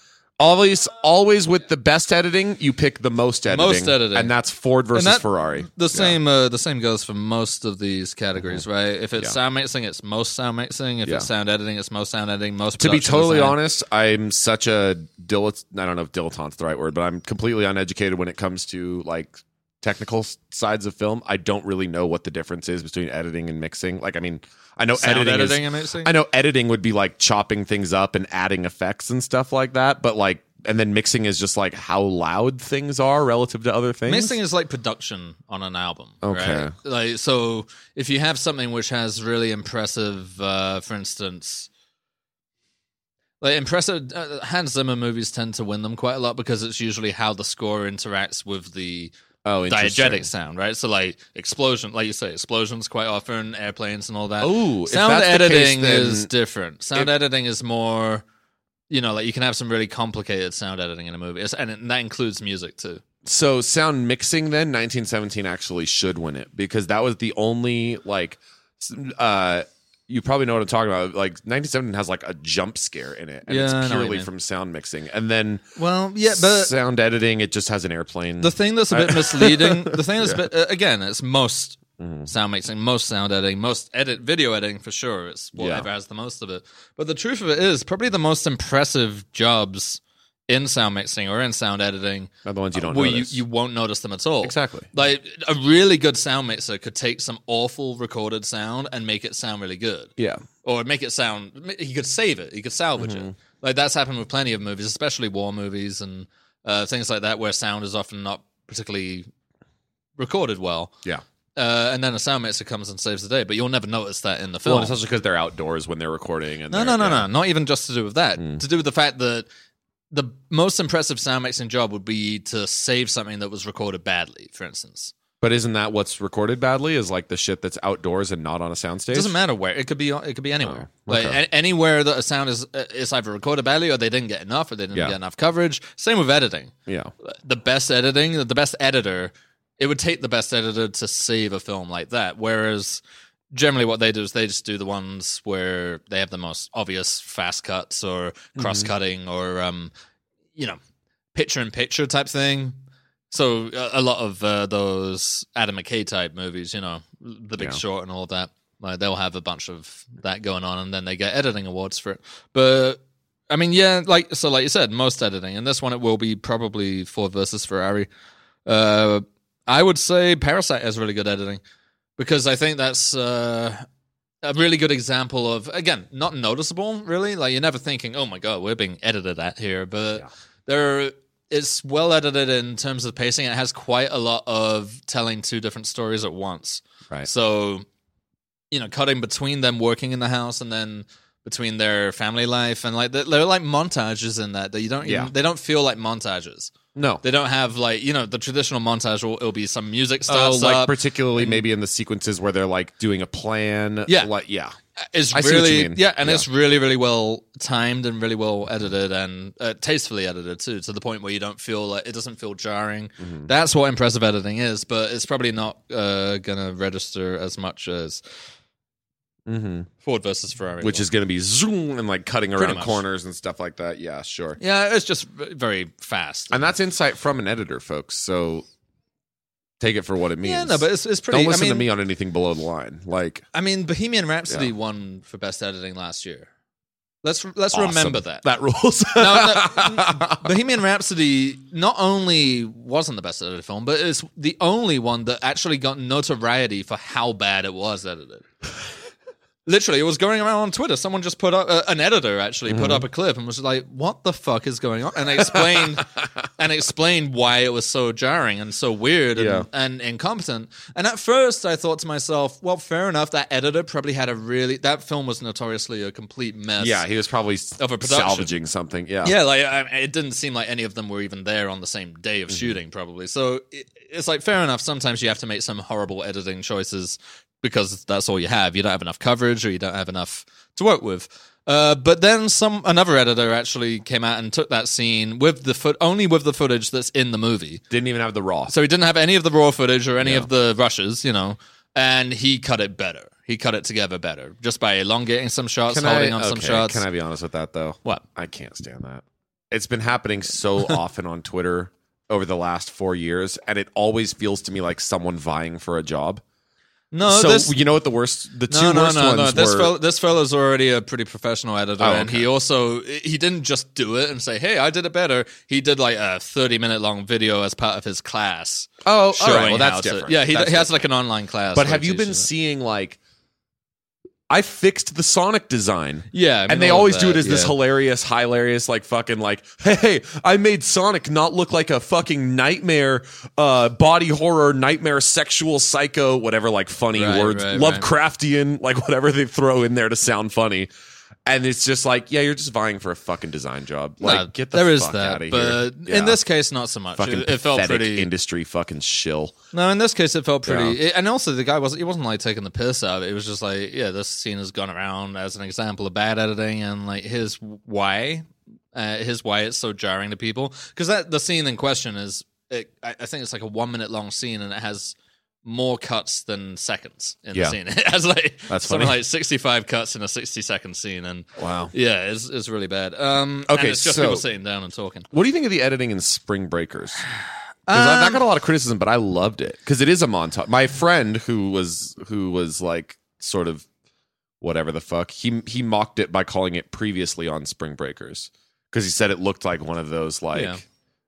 B: Always, always with the best editing, you pick the most editing.
A: Most editing.
B: And that's Ford versus
A: that-
B: Ferrari.
A: The same. Uh, the same goes for most of these categories, right? If it's
B: Mm-hmm. Yeah.
A: sound mixing, it's most sound mixing. If
B: Yeah.
A: it's sound editing, it's most sound editing. Most
B: To be
A: production
B: totally
A: design.
B: honest, I'm such a dilet I don't know if dilettante's the right word, but I'm completely uneducated when it comes to like technical s- sides of film. I don't really know what the difference is between editing and mixing. Like, I mean, I know
A: sound
B: editing,
A: editing,
B: is,
A: and mixing.
B: I know editing would be like chopping things up and adding effects and stuff like that, but like and then mixing is just like how loud things are relative to other things.
A: Mixing is like production on an album.
B: Okay.
A: Right? Like so, if you have something which has really impressive, uh, for instance, like impressive uh, Hans Zimmer movies tend to win them quite a lot because it's usually how the score interacts with the
B: oh, interesting.
A: diegetic sound, right? So like explosion, like you say, explosions quite often, airplanes and all that.
B: Oh, if
A: sound
B: that's the
A: editing
B: case, then
A: is different. Sound
B: if-
A: editing is more, you know, like you can have some really complicated sound editing in a movie, It's- and, it, and that includes music too.
B: so sound mixing then 1917 actually should win it because that was the only like s- uh you probably know what I'm talking about. Like 1917 has like a jump scare in it, and
A: Yeah, I know what
B: it's
A: you
B: purely
A: mean.
B: from sound mixing. And then
A: Well, yeah, but
B: sound editing, it just has an airplane.
A: the thing that's a bit
B: I-
A: misleading, the thing that's a
B: Yeah.
A: bit, uh, again, it's most
B: Mhm.
A: sound mixing, most sound editing, most edit video editing for sure. It's whatever has the most of it. But the truth of it is, probably the most impressive jobs in sound mixing or in sound editing
B: Are the ones you don't
A: Uh, well,
B: notice.
A: you you won't notice them at all.
B: exactly.
A: Like a really good sound mixer could take some awful recorded sound and make it sound really good,
B: Yeah.
A: or make it sound. He could save it. He could salvage
B: Mm-hmm.
A: it. Like that's happened with plenty of movies, especially war movies and uh, things like that, where sound is often not particularly recorded well.
B: Yeah.
A: Uh, and then a sound mixer comes and saves the day, but you'll never notice that in the
B: Well,
A: film.
B: and especially because they're outdoors when they're recording. And
A: No,
B: they're-
A: no, no,
B: yeah. Mm.
A: no. Not even just to do with that. To do with the fact that the most impressive sound mixing job would be to save something that was recorded badly, for instance.
B: But isn't that what's recorded badly? Is like the shit that's outdoors and not on a soundstage?
A: It doesn't matter where. It could be. It could be anywhere.
B: Oh, okay.
A: Like a- anywhere that a sound is uh, is either recorded badly or they didn't get enough or they didn't
B: Yeah.
A: get enough coverage. Same with editing.
B: Yeah.
A: The best editing, the best editor, it would take the best editor to save a film like that. Whereas generally, what they do is they just do the ones where they have the most obvious fast cuts or cross cutting or um, you know, picture in picture type thing. So a, a lot of uh, those Adam McKay type movies, you know, The Big
B: Yeah.
A: Short and all that, like they'll have a bunch of that going on, and then they get editing awards for it. But I mean, yeah, like so, like you said, most editing, and this one it will be probably Ford versus Ferrari. Uh, I would say Parasite has really good editing because I think that's uh, a really good example of again not noticeable really like you're never thinking oh my god we're being edited at here but
B: Yeah.
A: there it's well edited in terms of pacing it has quite a lot of telling two different stories at once
B: Right.
A: so you know cutting between them working in the house and then between their family life and like they're, they're like montages in that that you don't even,
B: Yeah.
A: they don't feel like montages.
B: No.
A: They don't have like you know the traditional montage will it'll be some music
B: Oh,
A: starts
B: like
A: up.
B: particularly maybe in the sequences where they're like doing a plan.
A: Yeah.
B: like, yeah,
A: it's
B: I see what you
A: really
B: mean.
A: yeah, and
B: Yeah.
A: it's really really well timed and really well edited and uh, tastefully edited too, to the point where you don't feel like it doesn't feel jarring. That's what impressive editing is, but it's probably not uh, gonna register as much as
B: mm-hmm.
A: Ford versus Ferrari,
B: which
A: will.
B: is going to be zoom and like cutting
A: Pretty
B: around
A: much.
B: corners and stuff like that. Yeah, sure.
A: yeah, it's just v- very fast.
B: And that's insight from an editor, folks. So take it for what it means.
A: yeah, no, but it's it's pretty.
B: don't listen
A: I mean,
B: to me on anything below the line. Like
A: I mean, Bohemian Rhapsody
B: Yeah.
A: won for best editing last year. Let's let's
B: awesome.
A: remember that.
B: That rules.
A: No, Bohemian Rhapsody not only wasn't the best edited film, but it's the only one that actually got notoriety for how bad it was edited. Literally, it was going around on Twitter. Someone just put up uh, an editor actually put
B: Mm-hmm.
A: up a clip and was like, "What the fuck is going on?" and explained and explained why it was so jarring and so weird and,
B: Yeah.
A: and incompetent. And at first, I thought to myself, "Well, fair enough. That editor probably had a really that film was notoriously a complete mess."
B: yeah, he was probably
A: Of a production.
B: salvaging something. Yeah.
A: Yeah, like I, it didn't seem like any of them were even there on the same day
B: Mm-hmm.
A: of shooting, probably. So it, it's like fair enough. Sometimes you have to make some horrible editing choices because that's all you have. You don't have enough coverage, or you don't have enough to work with. Uh, but then some another editor actually came out and took that scene with the foot only with the footage that's in the movie.
B: Didn't even have the raw.
A: So he didn't have any of the raw footage or any
B: Yeah.
A: of the rushes, you know, and he cut it better. He cut it together better just by elongating some shots, holding on some
B: okay,
A: shots.
B: Can I be honest with that though?
A: What?
B: I can't stand that. It's been happening so often on Twitter over the last four years, and it always feels to me like someone vying for a job.
A: No,
B: so
A: this,
B: you know what the worst, the two worst ones
A: This,
B: were.
A: fellow, this fellow's already a pretty professional editor,
B: Oh,
A: and
B: okay.
A: he also he didn't just do it and say, "Hey, I did it better." He did like a thirty-minute long video as part of his class.
B: oh, all
A: showing
B: right. Well,
A: how
B: that's
A: to-
B: different.
A: yeah, he,
B: That's
A: he has like an online class.
B: But
A: where
B: have
A: he
B: you been
A: teaches it.
B: seeing like I fixed the Sonic design?
A: Yeah, I mean,
B: and they
A: all of
B: always do it
A: that,
B: as this
A: yeah.
B: hilarious, hilarious, like fucking like, hey, hey, I made Sonic not look like a fucking nightmare, uh, body horror, nightmare, sexual psycho, whatever, like funny
A: Right,
B: words,
A: right, right.
B: Lovecraftian, like whatever they throw in there to sound funny. And it's just like, yeah, you're just vying for a fucking design job. Like,
A: Nah,
B: get the
A: there is
B: fuck
A: that,
B: out of
A: but
B: here.
A: in
B: Yeah.
A: this case, not so much.
B: fucking
A: It, it felt
B: pathetic
A: pretty.
B: industry fucking shill.
A: no, in this case, it felt pretty. it- and also, the guy wasn't. He wasn't like taking the piss out of it. It was just like, yeah, this scene has gone around as an example of bad editing, and like, here's why. Uh, here's why it's so jarring to people because that the scene in question is. It, I, I think it's like a one minute long scene, and it has more cuts than seconds in the
B: Yeah.
A: scene. It has like
B: That's
A: something
B: funny.
A: like sixty five cuts in a sixty second scene, and
B: Wow.
A: yeah, it's it's really bad. Um, and
B: Okay,
A: it's just
B: so-
A: people sitting down and talking.
B: What do you think of the editing in Spring Breakers? Because I
A: Um,
B: that got a lot of criticism, but I loved it because it is a montage. My friend who was who was like sort of whatever the fuck he he mocked it by calling it previously on Spring Breakers because he said it looked like one of those like.
A: Yeah.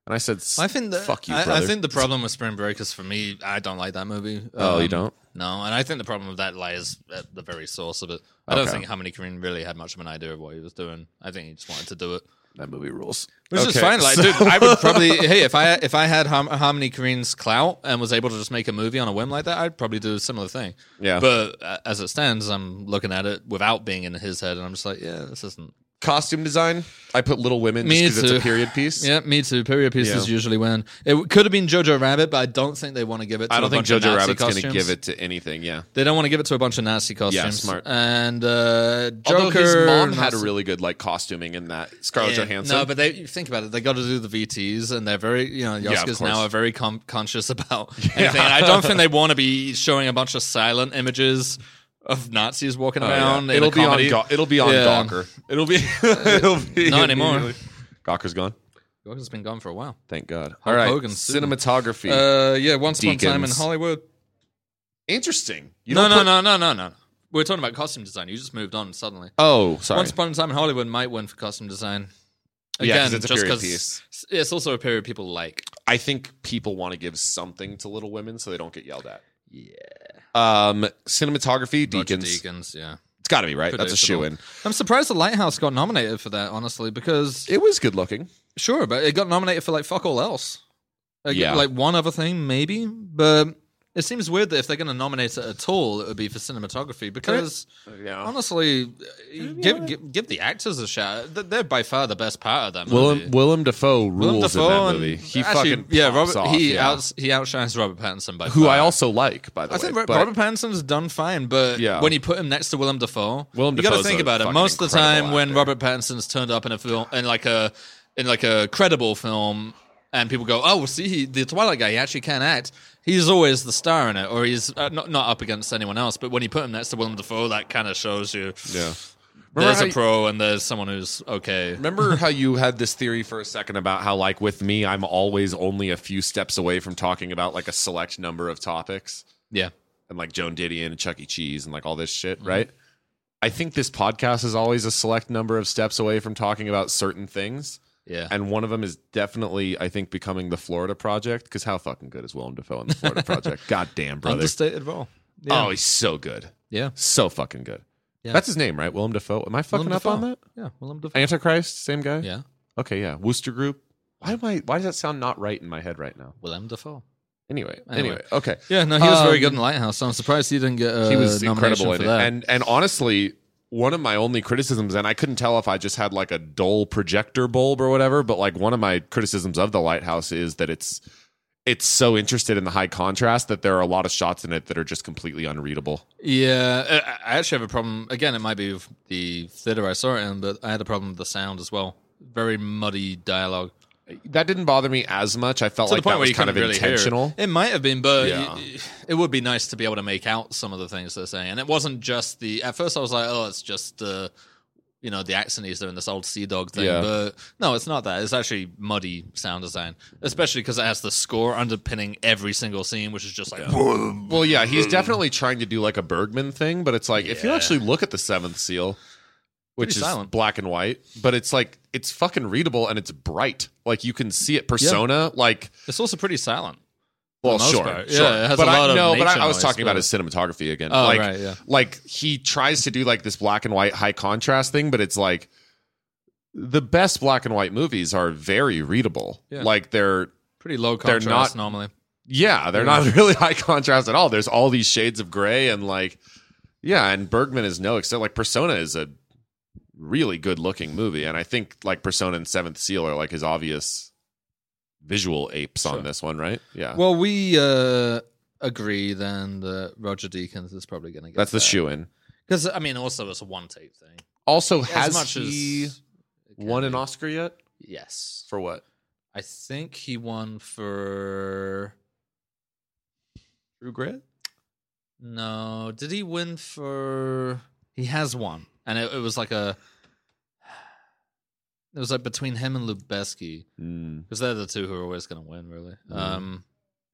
B: And I said, "S-
A: I think the,
B: fuck you,
A: I, I
B: brother."
A: think the problem with Spring Breakers for me, I don't like that movie.
B: oh, you
A: Um,
B: don't?
A: No, and I think the problem with that lies at the very source of it. I don't
B: Okay.
A: think Harmony Korine really had much of an idea of what he was doing. I think he just wanted to do it,
B: That movie rules.
A: which is
B: Okay,
A: fine. Like,
B: so-
A: dude, I would probably hey if I if I had Har- Harmony Korine's clout and was able to just make a movie on a whim like that, I'd probably do a similar thing.
B: yeah.
A: But uh, as it stands, I'm looking at it without being in his head, and I'm just like, yeah, this isn't.
B: Costume design, I put Little Women
A: Me
B: just because it's
A: too.
B: a period piece.
A: Yeah, me too. Period pieces
B: Yeah.
A: usually win. It w- could have been Jojo Rabbit, but I don't think they want to give it. To
B: I
A: a
B: don't think
A: bunch of
B: Jojo
A: Nazi
B: Rabbit's going to
A: costumes.
B: give it to anything. Yeah.
A: They don't want to give it to a bunch of Nazi costumes.
B: smart.
A: And uh, Joker.
B: Although his mom had a
A: Nazi-
B: really good like costuming in that Scarlett
A: Yeah.
B: Johansson.
A: No, but they you think about it. They got to do the VTs, and they're very, you know, the
B: Yeah, of
A: Oscars
B: course.
A: now are very com- conscious about anything. And I don't think they want to be showing a bunch of silent images of Nazis walking
B: Oh, yeah.
A: around. in
B: It'll
A: a
B: be on.
A: comedy.
B: Go- it'll be on
A: Yeah.
B: Gawker. It'll be. it'll be
A: not anymore.
B: Gawker's gone.
A: Gawker's been gone for a while.
B: Thank God. All right.
A: Hogan soon.
B: Cinematography.
A: Uh, yeah, once upon a time in
B: Deacons.
A: Hollywood.
B: Interesting. You
A: No,
B: don't
A: no,
B: put-
A: no, no, no, no. We're talking about costume design. You just moved on suddenly.
B: Oh, sorry.
A: Once upon a time in Hollywood might win for costume design.
B: Yeah, 'cause
A: Again,
B: it's a
A: just
B: period
A: 'cause
B: piece.
A: It's also a period people like.
B: I think people want to give something to Little Women so they don't get yelled at.
A: Yeah.
B: Um, cinematography.
A: Roger
B: Deacons.
A: Deakins, yeah.
B: It's got to be right. That's a shoe
A: Predictable.
B: in.
A: I'm surprised the Lighthouse got nominated for that, honestly, because
B: It was good looking.
A: sure, but it got nominated for like fuck all else. Like,
B: Yeah.
A: like one other thing, maybe, but It seems weird that if they're going to nominate it at all, it would be for cinematography because
B: Yeah.
A: honestly, give, give give the actors a shout. Th- They're by far the best part of that movie.
B: Willem Willem Dafoe rules
A: Willem
B: in
A: Dafoe
B: that
A: and-
B: movie. He
A: actually,
B: fucking
A: yeah,
B: pops
A: Robert
B: off,
A: he
B: yeah.
A: outs he outshines Robert Pattinson by
B: who
A: far.
B: I also like by the
A: I
B: way.
A: think Ro-
B: but-
A: Robert Pattinson's done fine, but
B: Yeah.
A: when you put him next to Willem Dafoe,
B: Willem
A: you got to
B: Dafoe's
A: think
B: a
A: about it.
B: fucking
A: Most of the time,
B: incredible
A: when
B: actor.
A: Robert Pattinson's turned up in a film in like a in like a credible film, and people go, "Oh, well, see, he, the Twilight guy, he actually can act." He's always the star in it, or he's uh, not not up against anyone else. But when you put him next to Willem Dafoe, that kind of shows you
B: yeah.
A: there's
B: how
A: a
B: you-
A: pro and there's someone who's okay.
B: Remember how you had this theory for a second about how, like, with me, I'm always only a few steps away from talking about like a select number of topics
A: Yeah,
B: and like Joan Didion and Chuck E. Cheese and like all this shit, right? I think this podcast is always a select number of steps away from talking about certain things.
A: yeah.
B: And one of them is definitely, I think, becoming the Florida Project. Because how fucking good is Willem Dafoe in the Florida Project? God damn, brother.
A: Understated role. Yeah.
B: Oh, he's so good.
A: yeah.
B: So fucking good.
A: Yeah.
B: That's his name, right? Willem Dafoe. Am I fucking
A: Willem
B: up on
A: Dafoe.
B: that?
A: Yeah, Willem Dafoe.
B: Antichrist, same guy?
A: Yeah,
B: Okay, yeah. Wooster Group. Why am I why does that sound not right in my head right now?
A: Willem Dafoe.
B: Anyway, anyway,
A: Anyway.
B: okay.
A: Yeah, no, he was very
B: Um,
A: good in Lighthouse. So I'm surprised he didn't get. A
B: He was
A: nomination
B: incredible
A: for
B: in it.
A: that.
B: And and honestly, one of my only criticisms, and I couldn't tell if I just had like a dull projector bulb or whatever, but like one of my criticisms of the lighthouse is that it's it's so interested in the high contrast that there are a lot of shots in it that are just completely unreadable.
A: Yeah, I- I actually have a problem. Again, it might be with the theater I saw it in, but I had a problem with the sound as well. Very muddy dialogue
B: That didn't bother me as much. I felt
A: to the
B: like
A: point
B: that
A: where
B: was
A: you
B: kind of
A: couldn't really
B: intentional.
A: Hear it. it might have been, but
B: Yeah.
A: y- it would be nice to be able to make out some of the things they're saying. And it wasn't just the. At first, I was like, "Oh, it's just the, you know, the accent he's doing, this old sea dog thing."
B: Yeah.
A: But no, it's not that. It's actually muddy sound design, especially because it has the score underpinning every single scene, which is just like,
B: Well, yeah, he's definitely trying to do like a Bergman thing, but it's like if you
A: Yeah.
B: actually look at the Seventh Seal, which
A: Pretty
B: is
A: silent.
B: black and white, but it's like it's fucking readable and it's bright. Like you can see it. Persona, like
A: it's also pretty silent.
B: well,
A: the most
B: sure,
A: part. Yeah,
B: sure.
A: it has
B: but
A: a lot
B: I
A: of
B: no, but I,
A: nature
B: I was
A: noise,
B: talking about
A: but-
B: his cinematography again.
A: Oh,
B: like,
A: right, yeah.
B: like he tries to do like this black and white high contrast thing, but it's like the best black and white movies are very readable.
A: Yeah.
B: Like they're
A: Pretty low
B: They're
A: contrast
B: not-
A: normally.
B: Yeah, they're not really high contrast at all. There's all these shades of gray and like yeah, and Bergman is no except like Persona is a really good looking movie and I think like Persona and Seventh Seal are like his obvious visual apes
A: Sure.
B: on this one, right? Yeah.
A: Well, we uh, agree then that Roger Deakins is probably going to get
B: That's the shoe in.
A: Because I mean, also it's a one tape thing.
B: Also
A: As
B: has
A: much
B: he
A: as it can
B: won an
A: be.
B: Oscar yet?
A: Yes,
B: For what?
A: I think he won for.
B: True Grit?
A: No, did he win for? He has one, and it, it was like a. It was like between him and Lubeski
B: Mm.
A: because they're the two who are always going to win, really.
B: Mm.
A: Um,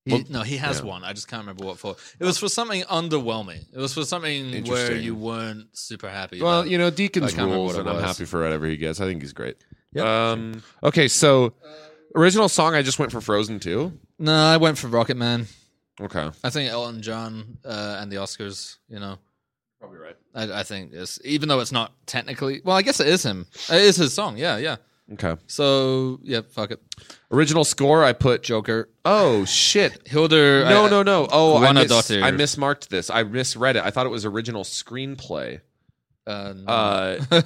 A: he-
B: Well,
A: no, he has
B: yeah.
A: one. I just can't remember what for. It was for something underwhelming. It was for something where
B: Interesting.
A: you weren't super happy.
B: Well,
A: about.
B: you know, Deacon's
A: I can't remember
B: rules,
A: what it
B: and I'm
A: was.
B: happy for whatever he gets. I think he's great.
A: Yep.
B: Um, okay, so original song I just went for Frozen too.
A: No, I went for Rocket Man.
B: Okay,
A: I think Elton John uh, and the Oscars. You know,
B: probably right.
A: I, I think it's even though it's not technically. Well, I guess it is him. It is his song. Yeah, yeah.
B: Okay.
A: So yeah, fuck it.
B: Original score, I put.
A: Joker.
B: Oh shit!
A: Hilder.
B: No,
A: I-
B: no, no. Oh, I,
A: Juana
B: mis-
A: Dottir.
B: I mismarked this. I misread it. I thought it was original screenplay.
A: Uh, no.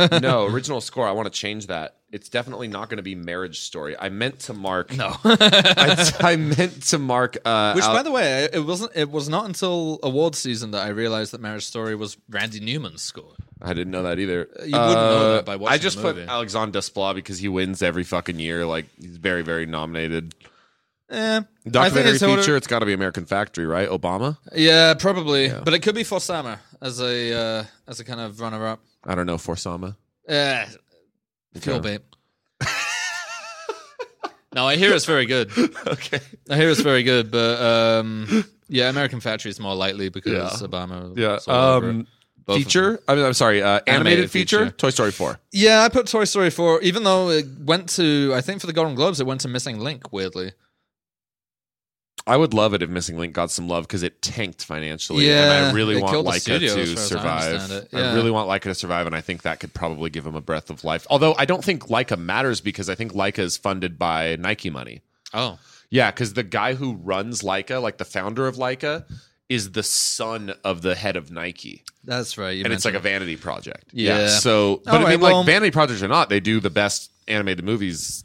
B: Uh, no, original score. I want to change that. It's definitely not going to be Marriage Story. I meant to mark.
A: no.
B: I, I meant to mark. Uh,
A: Which,
B: out-
A: by the way, it wasn't. It was not until awards season that I realized that Marriage Story was Randy Newman's score.
B: I didn't know that either. Uh,
A: You wouldn't know that by watching
B: I just
A: the
B: put
A: movie.
B: Alexandre Desplat because he wins every fucking year. Like he's very, very nominated.
A: Eh, I think
B: Documentary
A: it's Hilder-
B: feature. It's got to be American Factory, right? Obama.
A: Yeah, probably. But it could be for Summer as a uh, as a kind of runner up.
B: I don't know. Forsama.
A: Uh, Fuel bait. no, I hear it's very good.
B: okay.
A: I hear it's very good, but um, yeah, American Factory is more likely because
B: Yeah.
A: Obama.
B: Yeah.
A: was all over
B: Um,
A: it. Both of them.
B: feature. I mean, I'm sorry. Uh, animated,
A: Animated
B: feature,
A: feature.
B: Toy Story Four.
A: Yeah, I put Toy Story four, even though it went to I think for the Golden Globes it went to Missing Link. Weirdly,
B: I would love it if Missing Link got some love because it tanked financially. And I
A: Yeah,
B: really
A: they
B: want
A: killed the
B: Leica
A: studio,
B: to
A: as far as I
B: survive.
A: understand it.
B: I
A: Yeah.
B: really want Leica to survive, and I think that could probably give him a breath of life. Although I don't think Leica matters because I think Leica is funded by Nike money.
A: oh
B: Yeah, because the guy who runs Leica, like the founder of Leica, is the son of the head of Nike,
A: That's right. You
B: and it's like a
A: mentioned
B: vanity project.
A: Yeah.
B: So, but
A: All
B: I
A: right,
B: mean,
A: well-
B: like vanity projects or not, they do the best animated movies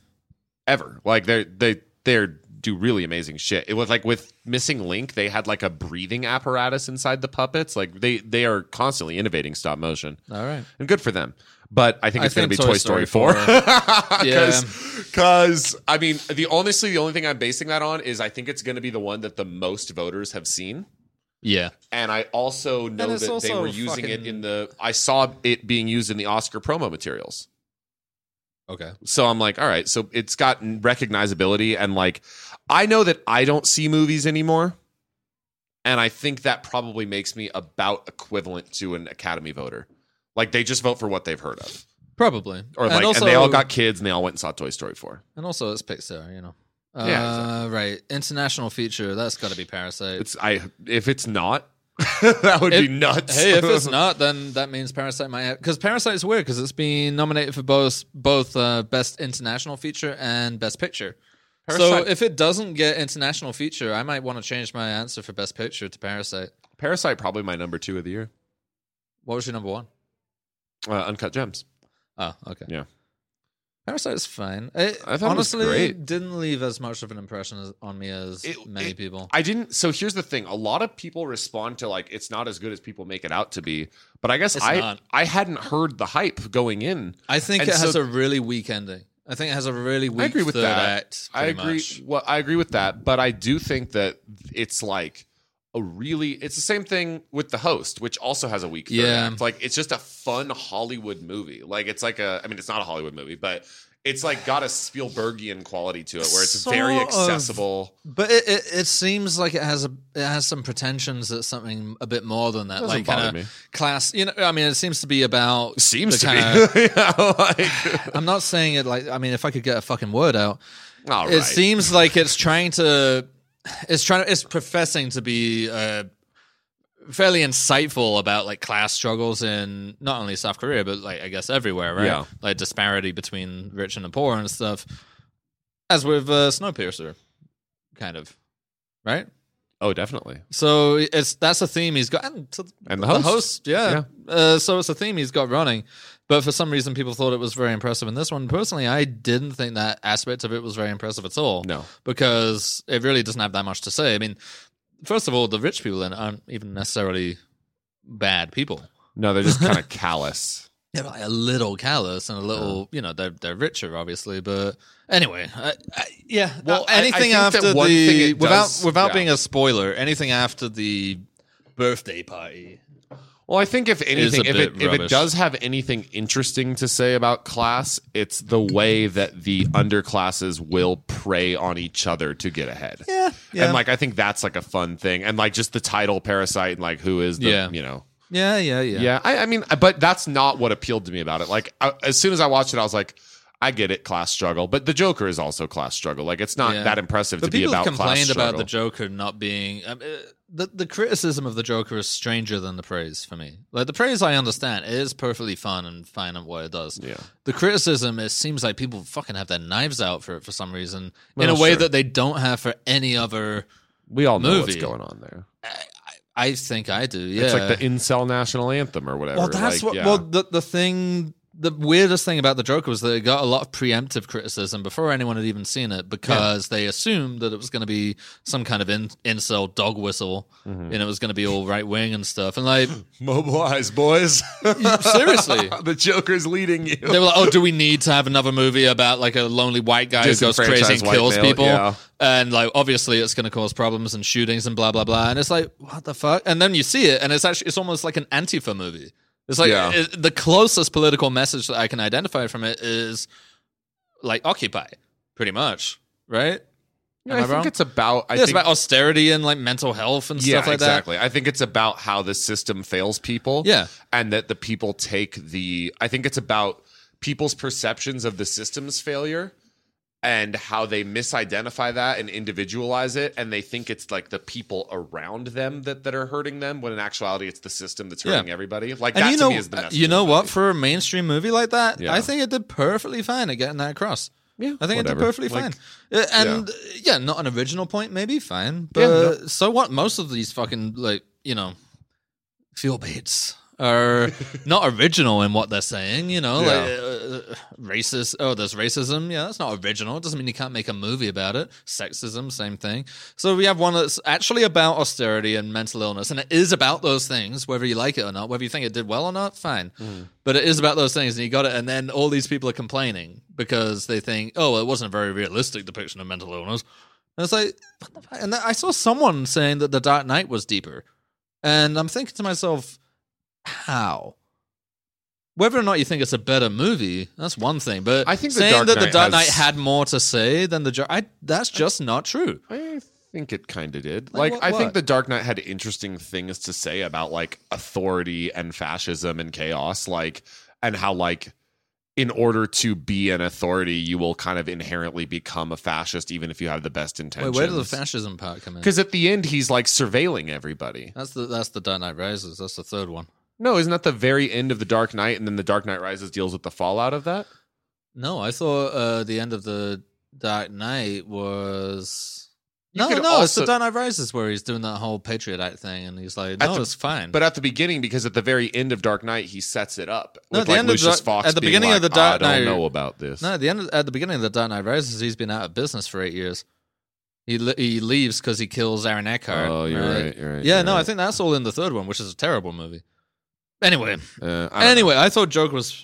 B: ever. Like they they they do really amazing shit. It was like with Missing Link, they had like a breathing apparatus inside the puppets. Like they they are constantly innovating stop motion
A: it. All right.
B: and good for them. But I think
A: I
B: it's going to be
A: think
B: Toy, Story, 4.
A: Yeah.
B: Because, I mean, the honestly, the only thing I'm basing that on is I think it's going to be the one that the most voters have seen.
A: Yeah.
B: And I also know
A: it's
B: that they
A: also
B: were using it
A: fucking-
B: in the. I saw it being used in the Oscar promo materials.
A: Okay.
B: So I'm like, all right. So it's got recognizability. And like, I know that I don't see movies anymore. And I think that probably makes me about equivalent to an Academy voter. Like, they just vote for what they've heard of
A: Probably.
B: or like, and, they all got kids and they all went and saw Toy Story four.
A: And also, it's Pixar, you know. Uh,
B: Yeah,
A: Right. International feature. That's got to be Parasite.
B: It's I if it's not, that would be
A: If-
B: nuts.
A: hey, if it's not, then that means Parasite might have. Because Parasite is weird because it's been nominated for both both uh, best international feature and best picture.
B: Parasite-
A: So if it doesn't get international feature, I might want to change my answer for best picture to Parasite.
B: Parasite, probably my number two of the year.
A: What was your number one?
B: Uh, Uncut Gems.
A: Oh, okay.
B: Yeah.
A: Parasite is fine. It
B: I thought it was
A: honestly
B: great.
A: didn't leave as much of an impression as, on me as
B: It-
A: many
B: it-
A: people.
B: I didn't. So here's the thing: a lot of people respond to like it's not as good as people make it out to be. But I guess
A: It's
B: I
A: not.
B: I hadn't heard the hype going in.
A: I think
B: And
A: it has
B: so-
A: a really weak ending. I think it has a really weak
B: agree with
A: third
B: that.
A: act.
B: I
A: pretty
B: agree.
A: much.
B: Well, I agree with that, but I do think that it's like a really. It's the same thing with the host, which also has a weak. Third
A: Yeah.
B: act. like it's just a fun Hollywood movie. Like it's like a. I mean, it's not a Hollywood movie, but it's like got a Spielbergian quality to it, where it's very
A: Sort of.
B: accessible.
A: But it, it, it seems like it has a it has some pretensions at something a bit more than that,
B: Doesn't
A: like
B: bother
A: kind
B: me.
A: of class. You know, I mean, it seems to be about.
B: Seems
A: the
B: to
A: kinda-
B: be. yeah, like,
A: I'm not saying it like I mean, if I could get a fucking word out,
B: all right.
A: it seems like it's trying to, it's trying to, it's professing to be uh, fairly insightful about like class struggles in not only South Korea but like I guess everywhere, right?
B: Yeah.
A: Like disparity between rich and the poor and stuff. As with uh, Snowpiercer, kind of, right?
B: oh, definitely.
A: So it's that's a theme he's got, and to
B: And the
A: the
B: host.
A: host, yeah. Uh, so it's a theme he's got running, but for some reason people thought it was very impressive in this one. Personally, I didn't think that aspect of it was very impressive at all.
B: No.
A: because it really doesn't have that much to say. I mean, first of all, the rich people in it aren't even necessarily bad people.
B: No, they're just kind of callous.
A: They're like a little callous and a little, you know, they're they're richer obviously, but anyway, I, I, yeah.
B: Well,
A: Uh,
B: I- I
A: anything
B: think that
A: after
B: one
A: the
B: thing it
A: without
B: does-
A: without
B: yeah.
A: being a spoiler, anything after the birthday party
B: Well, I think if anything,
A: a bit
B: if it if it
A: rubbish.
B: does have anything interesting to say about class, it's the way that the underclasses will prey on each other to get ahead.
A: Yeah,
B: And like I think that's like a fun thing, and like just the title "Parasite" and like who is the
A: Yeah.
B: you know
A: yeah, yeah,
B: yeah.
A: yeah,
B: I, I mean, uh, but that's not what appealed to me about it. Like I, as soon as I watched it, I was like. I get it, class struggle, but the Joker is also class struggle. Like it's not
A: Yeah.
B: that impressive
A: But
B: to be
A: people
B: about
A: have
B: class
A: complained
B: struggle.
A: about the Joker not being um, uh, the the criticism of the Joker is stranger than the praise for me. Like the praise, I understand it is perfectly fun and fine at what it does.
B: Yeah.
A: The criticism, it seems like people fucking have their knives out for it for some reason in
B: Well,
A: a way
B: sure.
A: that they don't have for any other.
B: we all know what's
A: movie.
B: going on there.
A: I think I do. Yeah,
B: It's like the incel national anthem or whatever.
A: Well, that's
B: Like,
A: what.
B: yeah.
A: Well, the the thing, the weirdest thing about the Joker was that it got a lot of preemptive criticism before anyone had even seen it because they assumed that it was going to be some kind of in, incel dog whistle
B: Mm-hmm.
A: and it was going to be all right wing and stuff. And like,
B: Mobilize, boys.
A: seriously.
B: the Joker's leading you.
A: They were like, "Oh, do we need to have another movie about like a lonely white guy who goes crazy
B: Disenfranchised
A: and
B: white
A: kills
B: male,
A: people?"
B: yeah.
A: And like, obviously, it's going to cause problems and shootings and blah blah blah. And it's like, what the fuck? And then you see it, and it's actually it's almost like an Antifa movie. It's like
B: Yeah.
A: it- the closest political message that I can identify from it is like Occupy, pretty much, right?
B: Yeah,
A: Am I
B: I think
A: wrong?
B: it's about. I
A: Yeah, it's
B: think,
A: about austerity and like mental health and
B: yeah,
A: stuff like
B: exactly. I think it's about how the system fails people.
A: Yeah.
B: and that the people take the. I think it's about people's perceptions of the system's failure and how they misidentify that and individualize it and they think it's like the people around them that, that are hurting them when in actuality it's the system that's
A: Yeah.
B: hurting everybody like
A: that. And
B: that
A: you know,
B: to me is the message
A: you
B: of
A: know
B: the
A: what?
B: movie.
A: For a mainstream movie like that,
B: Yeah.
A: I think it did perfectly fine at getting that across.
B: Yeah,
A: I think it's
B: whatever.
A: perfectly fine.
B: Like,
A: Uh, and uh, yeah. not an original point, maybe fine. But
B: Yeah,
A: so what? Most of these fucking like you know, feel beats are not original in what they're saying. You know, like uh, racist. Oh, there's racism. Yeah, that's not original. It doesn't mean you can't make a movie about it. Sexism, same thing. So we have one that's actually about austerity and mental illness, and it is about those things, whether you like it or not, whether you think it did well or not, fine. But it is about those things, and you got it. And then all these people are complaining because they think, oh, well, it wasn't a very realistic depiction of mental illness. And it's like, what the fuck? and then I saw someone saying that The Dark Knight was deeper, and I'm thinking to myself, how? Whether or not you think it's a better movie, that's one thing. But
B: I think The
A: saying
B: Dark
A: that The
B: Knight
A: Dark Knight
B: has-
A: had more to say than the, Jo- I, that's just not true.
B: I think it kind of did.
A: Like
B: Like,
A: what-
B: I
A: what?
B: think the Dark Knight had interesting things to say about like authority and fascism and chaos, like, and how like in order to be an authority, you will kind of inherently become a fascist, even if you have the best
A: Wait,
B: intentions.
A: where did the fascism part come in?
B: Because at the end, he's like surveilling everybody.
A: That's the that's the Dark Knight Rises. That's the third one.
B: No, isn't that the very end of the Dark Knight? And then the Dark Knight Rises deals with the fallout of that.
A: Hmm. No, I thought uh, the end of the Dark Knight was.
B: You
A: no,
B: could
A: no, it's the
B: also-
A: Dark Knight Rises where he's doing that whole Patriot Act thing, and he's like, "No,
B: the-
A: it's fine."
B: But at the beginning, because at the very end of Dark Knight, he sets it up
A: No,
B: with
A: at the
B: like
A: end of
B: Lucius
A: the-
B: Fox.
A: at the
B: being
A: beginning of
B: like,
A: the Dark
B: I
A: Knight-
B: don't know about this.
A: no, at the end, of, at the beginning of the Dark Knight Rises, he's been out of business for eight years. He li- he leaves because he kills Aaron Eckhart.
B: Oh, you're right. You're right.
A: Yeah,
B: you're
A: no, I
B: right.
A: think that's all in the third one, which is a terrible movie. Anyway,
B: Uh, I don't
A: anyway, I thought Joker was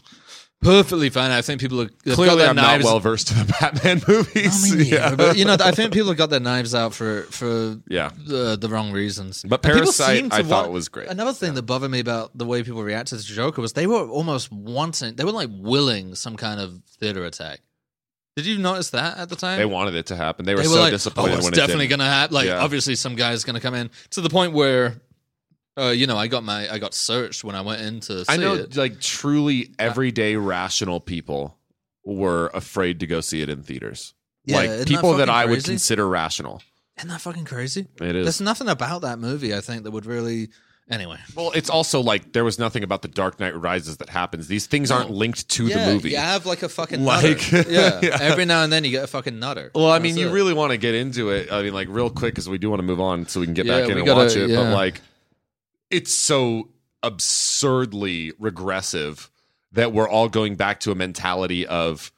A: perfectly fine. I think people are
B: know. clearly I'm not
A: knives
B: well versed in the Batman movies.
A: I mean, yeah,
B: yeah.
A: but you know, I think people have got their knives out for for uh,
B: Yeah.
A: the, the wrong reasons.
B: But
A: And people
B: Parasite,
A: seem to
B: I thought
A: want-
B: was great.
A: Another thing that bothered me about the way people reacted to Joker was they were almost wanting, they were like willing some kind of theater attack. Did you notice that at the time?
B: they wanted it to happen. They were
A: They
B: so
A: like,
B: disappointed
A: "Oh, it's
B: when
A: definitely
B: it
A: going to happen. Like,
B: Yeah.
A: obviously, some guy's going to come in to the point where, uh, you know, I got my I got searched when I went in to see
B: I know,
A: it.
B: like truly everyday rational people were afraid to go see it in theaters.
A: Yeah,
B: like
A: isn't that
B: people that
A: fucking
B: I would
A: crazy?
B: consider rational.
A: Isn't that fucking crazy?
B: It is.
A: There's nothing about that movie I think that would really. Anyway,
B: well, it's also like there was nothing about the Dark Knight Rises that happens. These things aren't linked to
A: yeah,
B: the movie.
A: You have like a fucking
B: Like-
A: nutter. Yeah.
B: Yeah.
A: Every now and then you get a fucking nutter.
B: Well, I mean,
A: That's
B: you
A: it.
B: really want to get into it. I mean, like real quick because we do want to move on so we can get
A: Yeah,
B: back in
A: we
B: and
A: gotta-
B: watch it.
A: yeah.
B: But like, it's so absurdly regressive that we're all going back to a mentality of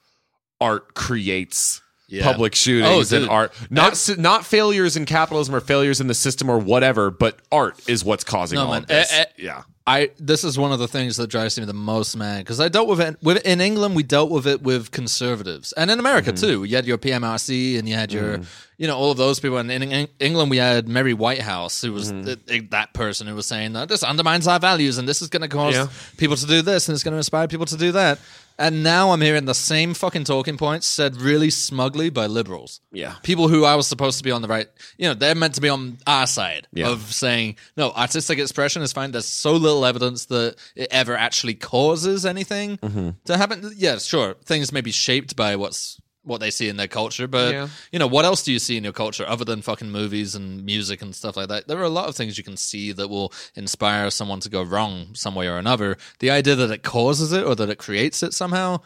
B: art creates
A: Yeah.
B: public shootings
A: Oh, dude.
B: and art not s- not failures in capitalism or failures in the system or whatever, but art is what's causing
A: No,
B: all
A: man.
B: of this.
A: Eh, eh.
B: yeah,
A: I this is one of the things that drives me the most mad because I dealt with it with in England we dealt with it with conservatives and in America
B: Mm-hmm.
A: too you had your PMRC and you had your you know all of those people and in Eng- England we had Mary Whitehouse who
B: Mm-hmm.
A: was th- th- that person who was saying that this undermines our values and this is going to cause
B: Yeah.
A: people to do this and it's going to inspire people to do that and now I'm hearing the same fucking talking points said really smugly by liberals
B: yeah.
A: people who I was supposed to be on the right, you know, they're meant to be on our side
B: Yeah.
A: of saying, no, artistic expression is fine. There's so little evidence that it ever actually causes anything
B: Mm-hmm.
A: to happen. Yeah, sure. Things may be shaped by what's what they see in their culture, but
B: Yeah.
A: you know, what else do you see in your culture other than fucking movies and music and stuff like that? There are a lot of things you can see that will inspire someone to go wrong some way or another. The idea that it causes it or that it creates it somehow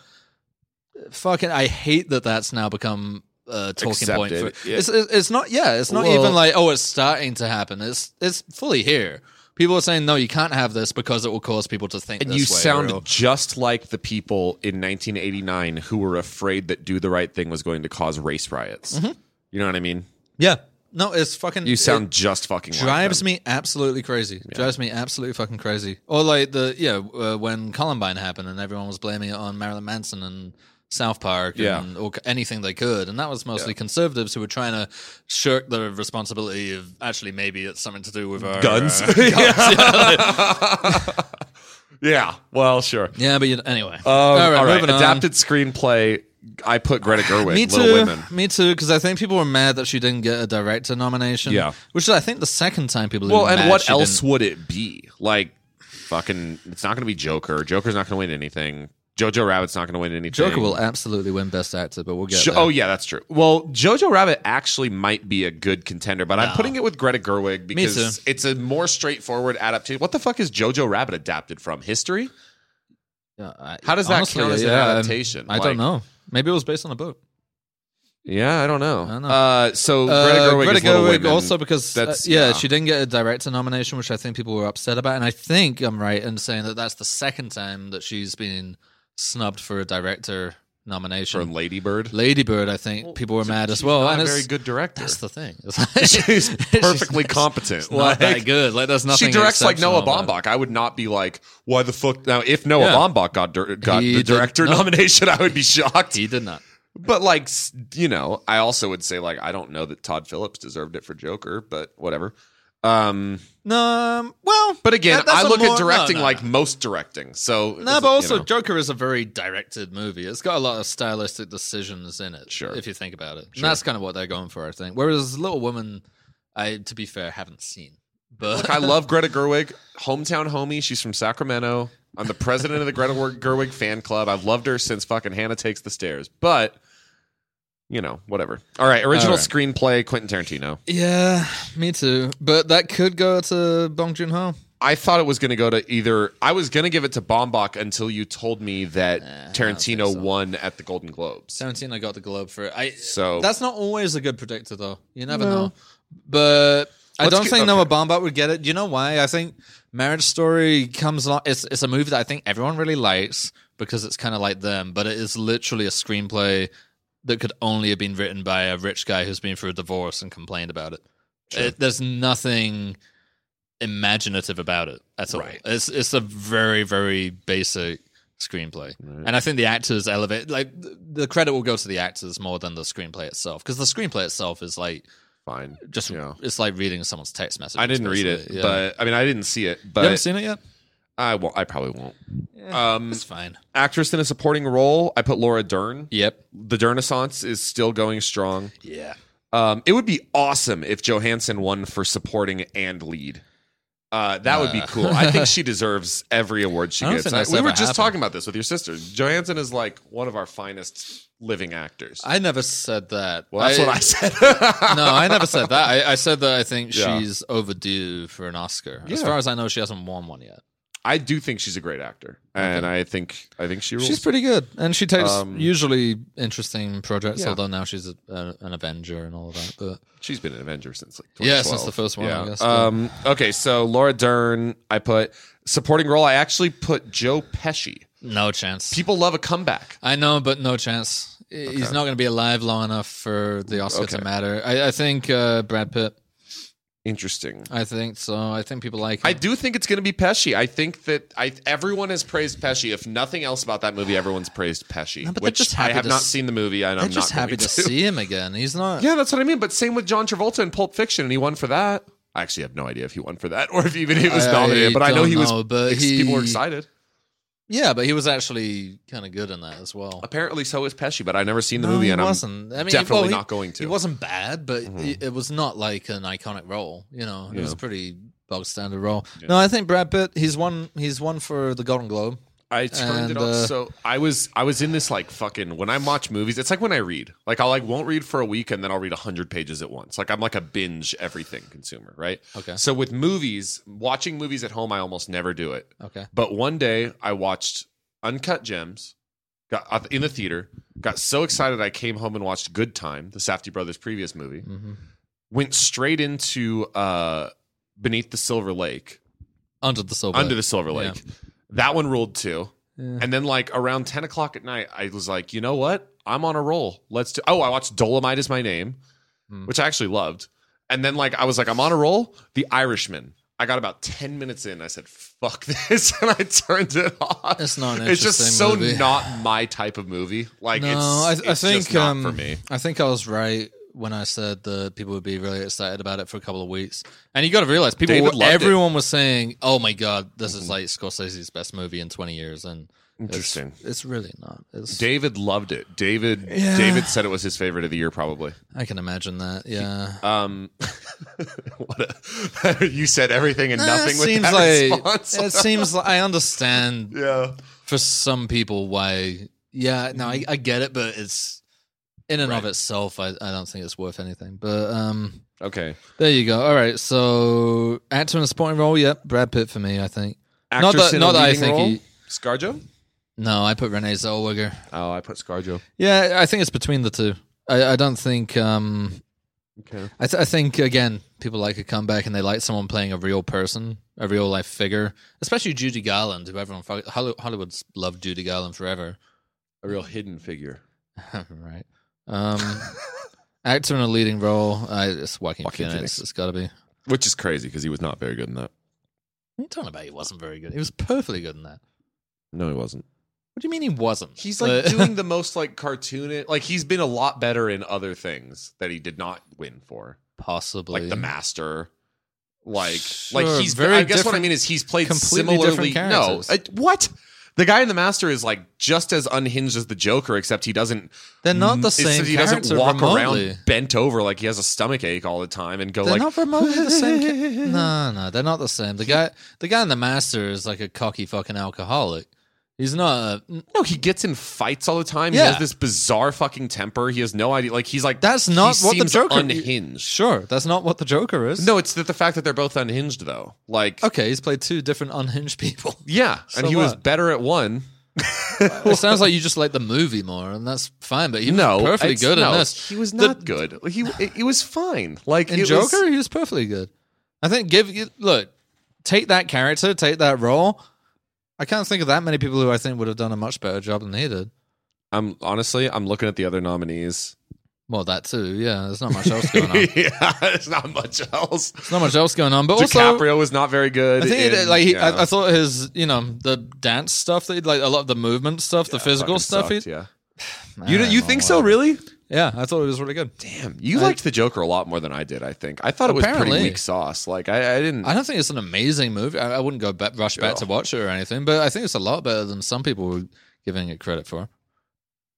A: fucking I hate that that's now become a talking point
B: Accepted,
A: for
B: yeah.
A: it's, it's it's not yeah it's not
B: Well-
A: even like oh it's starting to happen it's it's fully here people are saying no you can't have this because it will cause people to think
B: And
A: this
B: you
A: way,
B: sound
A: or-
B: just like the people in 1989 who were afraid that Do the Right Thing was going to cause race riots. You know what I mean?
A: yeah no it's fucking
B: You
A: Mm-hmm. it
B: sound just fucking
A: drives me absolutely crazy drives me absolutely fucking crazy or like the yeah uh, when Columbine happened and everyone was blaming it on Marilyn Manson and South Park
B: Yeah.
A: and or anything they could and that was mostly conservatives who were trying to shirk the responsibility of actually maybe it's something to do with our
B: Guns?
A: uh, guns, yeah.
B: Yeah. Well, sure.
A: Yeah, but you, anyway.
B: Um, all right.
A: moving on.
B: Adapted screenplay. I put Greta Gerwig.
A: Me
B: Little
A: too.
B: Women.
A: Me too. Because I think people were mad that she didn't get a director nomination.
B: Yeah.
A: which is I think the second time people. have
B: Well,
A: been
B: and
A: mad
B: what
A: she
B: else
A: didn't-
B: would it be? Like, fucking. It's not going to be Joker. Joker's not going to win anything. Jojo Rabbit's not going to win anything.
A: Joker will absolutely win Best Actor, but we'll get.
B: Jo-
A: there.
B: oh yeah, that's true. Well, Jojo Rabbit actually might be a good contender, but
A: No.
B: I'm putting it with Greta Gerwig because
A: too.
B: it's a more straightforward adaptation. What the fuck is Jojo Rabbit adapted from? History?
A: Yeah, I-
B: How does that
A: honestly,
B: count as an
A: yeah, um,
B: adaptation?
A: I
B: Like-
A: don't know. Maybe it was based on a book.
B: Yeah, I don't know.
A: I don't know.
B: Uh, so Greta
A: Uh,
B: Gerwig
A: Greta
B: is Little
A: Gerwig
B: Women.
A: also because uh,
B: That's-
A: yeah,
B: yeah.
A: she didn't get a director nomination, which I think people were upset about. And I think I'm right in saying that that's the second time that she's been snubbed for a director
B: for
A: nomination.
B: Lady Bird.
A: Lady Bird, I think people were mad as well.
B: Not
A: and
B: a
A: it's,
B: very good director.
A: that's the thing. It's like-
B: She's perfectly
A: she's-
B: competent.
A: it's not that
B: Like,
A: good. Like there's nothing.
B: she directs like Noah
A: exceptional about
B: Baumbach. I would not be like, why the fuck? Now, if Noah
A: Yeah.
B: Baumbach got dir- got
A: He
B: the
A: did
B: director
A: not.
B: nomination, I would be
A: it.
B: shocked.
A: He did not.
B: But like, s- you know, I also would say like, I don't know that Todd Phillips deserved it for Joker, but whatever. Um,
A: No. um, Well,
B: but again,
A: That- that's
B: I
A: a
B: look
A: more-
B: at directing
A: no, no,
B: like
A: no.
B: most directing. So
A: No, but
B: you
A: also
B: know.
A: Joker is a very directed movie. It's got a lot of stylistic decisions in it.
B: Sure.
A: If you think about it. And
B: Sure.
A: that's kind of what they're going for, I think. Whereas Little Woman, I to be fair, haven't seen. But
B: Look, I love Greta Gerwig, hometown homie. She's from Sacramento. I'm the president of the Greta Wer- Gerwig fan club. I've loved her since fucking Hannah Takes the Stairs. But you know, whatever. All right, original
A: All right.
B: screenplay, Quentin Tarantino.
A: Yeah, me too. But that could go to Bong Joon Ho.
B: I thought it was going to go to either. I was going to give it to Bombach until you told me that
A: don't
B: Tarantino
A: think so.
B: won at the Golden Globes.
A: Seventeen, I got the globe for it. I
B: So
A: that's not always a good predictor though. You never
B: No.
A: know. But I
B: Let's
A: don't
B: get-
A: think
B: okay.
A: Noah Baumbach would get it. Do you know why? I think Marriage Story comes along. It's it's a movie that I think everyone really likes because it's kind of like them, but it is literally a screenplay that could only have been written by a rich guy who's been through a divorce and complained about it.
B: Sure.
A: It- there's nothing imaginative about it at all.
B: Right.
A: It's it's a very very basic screlplay.
B: Right.
A: And I think the actors elevate like th- the credit will go to the actors more than the screenplay itself because the screenplay itself is like
B: fine.
A: just
B: Yeah.
A: it's like reading someone's text message.
B: I didn't read it,
A: yeah.
B: but I mean, I didn't see it,
A: you haven't
B: but
A: seen it yet.
B: I won't. I probably won't. Um,
A: it's fine.
B: actress in a supporting role, I put Laura Dern.
A: Yep.
B: The Dernaissance is still going strong.
A: Yeah.
B: Um, it would be awesome if Johansson won for supporting and lead. Uh, that would be
A: Uh.
B: cool. I think she deserves every award she
A: I don't
B: gets.
A: think
B: I-
A: that's
B: we were
A: ever
B: just
A: happened.
B: talking about this with your sister. Johansson is like one of our finest living actors.
A: I never said that.
B: well, that's what I said.
A: no, I never said that. I, I said that I think
B: Yeah.
A: she's overdue for an Oscar. As
B: Yeah.
A: far as I know, she hasn't won one yet.
B: I do think she's a great actor, and I think I think she rules.
A: She's pretty good, and she takes
B: Um,
A: usually interesting projects.
B: Yeah.
A: Although now she's a, a, an Avenger and all of that. But
B: She's been an Avenger since like 2012.
A: Yeah, since the first one, I guess, yeah.
B: Um, okay, so Laura Dern, I put supporting role. I actually put Joe Pesci.
A: no chance.
B: People love a comeback.
A: I know, but no chance. I- He's not going to be alive long enough for the Oscar
B: Okay.
A: to matter. I, I think uh, Brad Pitt.
B: Interesting.
A: I think so. I think people like.
B: I
A: Him.
B: do think it's going to be Pesci. I think that I everyone has praised Pesci. If nothing else about that movie, everyone's praised Pesci.
A: No, but they're
B: which
A: just
B: I
A: happy
B: have
A: to
B: not
A: s-
B: seen the movie, and
A: I'm
B: I'm
A: just
B: not
A: happy
B: going
A: to see him again. He's not.
B: Yeah, that's what I mean. But same with John Travolta in Pulp Fiction, and he won for that. I actually have no idea if he won for that or if even he was
A: I
B: nominated. But I know
A: don't
B: he was.
A: know, but
B: ex- people were
A: he-
B: excited.
A: Yeah, but he was actually kind of good in that as well.
B: Apparently, so is Pesci. But I never seen the
A: No,
B: movie,
A: he
B: and
A: wasn't. I
B: I'm
A: mean,
B: definitely
A: well, he-
B: not going to. Mm-hmm.
A: He wasn't bad, but it, it was not like an iconic role. You know, it was
B: Yeah.
A: a pretty bog standard role. No, I think Brad Pitt. He's won. He's won for the Golden Globe.
B: I turned it
A: And,
B: off.
A: uh,
B: so I was I was in this like fucking when I watch movies. It's like when I read. Like I like won't read for a week and then I'll read hundred pages at once. Like I'm like a binge everything consumer, right?
A: Okay.
B: So with movies, watching movies at home, I almost never do it.
A: Okay.
B: But one day I watched Uncut Gems, got in the theater, got so excited I came home and watched Good Time, the Safety brothers' previous movie.
A: hmm
B: Went straight into uh, Beneath the Silver Lake.
A: Under the silver.
B: Under the Silver
A: Yeah.
B: Lake. That one ruled too.
A: Yeah.
B: And then like around 10 o'clock at night, I was like, you know what? I'm on a roll. Let's do oh, I watched Dolomite is my name,
A: Hmm.
B: which I actually loved. And then like I was like, I'm on a roll. The Irishman. I got about 10 minutes in. I said, fuck this. And I turned it off.
A: It's not. An
B: It's just so
A: movie.
B: not my type of movie. Like
A: no,
B: it's,
A: I, I
B: it's
A: think
B: just not
A: um,
B: for me.
A: I think I was right when I said that people would be really excited about it for a couple of weeks. And you got to realize people,
B: David
A: were-
B: loved it. Mm-hmm.
A: everyone was saying, "Oh my god, this is like Scorsese's best movie in 20 years," and it's-
B: Interesting.
A: It's, really not. It's,
B: David loved it. David
A: Yeah.
B: David said it was his favorite of the year probably.
A: I can imagine that. Yeah.
B: Um, what a, you said everything and
A: Nah,
B: nothing
A: it Uh,
B: with
A: seems
B: that
A: like
B: response.
A: it seems like I understand
B: yeah,
A: for some people why. Yeah, no, I, I get it, but it's in and of
B: Right.
A: itself. I, I don't think it's worth anything. But um,
B: okay.
A: There you go. All right. So actor in a supporting role. Yep, Brad Pitt for me. I think. Not
B: Actress
A: that-
B: in
A: not
B: a
A: that I
B: leading
A: think
B: role?
A: he-
B: ScarJo.
A: No, I put Renee Zellweger.
B: Oh, I put ScarJo.
A: Yeah, I think it's between the two. I, I don't think. Um,
B: Okay.
A: I, th- I think again, people like a comeback and they like someone playing a real person, a real life figure, especially Judy Garland, who everyone fo- Holly- Hollywood's loved Judy Garland forever,
B: A real hidden figure.
A: right? Um, actor in a leading role, I, it's Joaquin,
B: Joaquin
A: Phoenix.
B: Phoenix.
A: It's got to be. What
B: Which is crazy because he was not very good in that.
A: are you talking about? He wasn't very good. He was perfectly good in that.
B: No, he wasn't.
A: What do you mean he wasn't?
B: He's like
A: Uh,
B: doing the most like cartoon. Like he's been a lot better in other things that he did not win for,
A: possibly
B: like The Master. Like,
A: Sure,
B: like he's
A: very
B: I guess what I
A: different-
B: mean is he's played
A: completely different
B: similarly. No,
A: characters.
B: I- what the guy in The Master is like just as unhinged as the Joker, except he doesn't.
A: They're not the
B: it's-
A: same.
B: Mm, He doesn't
A: character
B: walk
A: remotely.
B: around bent over like he has a stomach ache all the time and go
A: They're
B: like
A: not remotely the same. Ca- no, no, they're not the same. The guy, the guy in the master is like a cocky fucking alcoholic. He's not. A,
B: No, he gets in fights all the time. He
A: Yeah.
B: has this bizarre fucking temper. He has no idea. Like he's like
A: That's not
B: he
A: what the
B: seems
A: Joker-
B: unhinged.
A: sure, that's not what the Joker is.
B: No, it's that the fact that they're both unhinged though. Like
A: Okay, he's played two different unhinged people.
B: yeah, and
A: So
B: he was
A: what?
B: better at one.
A: it sounds like you just like the movie more, and that's fine. But he was
B: No,
A: perfectly
B: it's-
A: good
B: no,
A: in this.
B: He was
A: The-
B: not good. He it, it was fine. Like
A: In
B: it was-
A: Joker, he was perfectly good. I think give you look, take that character, take that role. I can't think of that many people who I think would have done a much better job than he did.
B: I'm honestly, I'm looking at the other nominees.
A: Well, that too. Yeah, there's not much else going on. There's
B: yeah, there's not much else.
A: not much else going on. But also,
B: DiCaprio was not very good.
A: I think he
B: in-
A: did, like he,
B: yeah.
A: I, I thought his you know the dance stuff that he like a lot of the movement stuff, the
B: Yeah,
A: physical
B: fucking
A: stuff.
B: sucked,
A: he,
B: yeah.
A: I
B: You
A: don't
B: you
A: know,
B: think so?
A: whatever.
B: Really?
A: Yeah, I thought it was really good.
B: Damn, you
A: I-
B: liked the Joker a lot more than I did. I think I thought it was pretty
A: Apparently.
B: weak sauce. Like I, I didn't.
A: I don't think it's an amazing movie. I, I wouldn't go back, rush back to watch it or anything, but I think it's a lot better than some people were giving it credit for.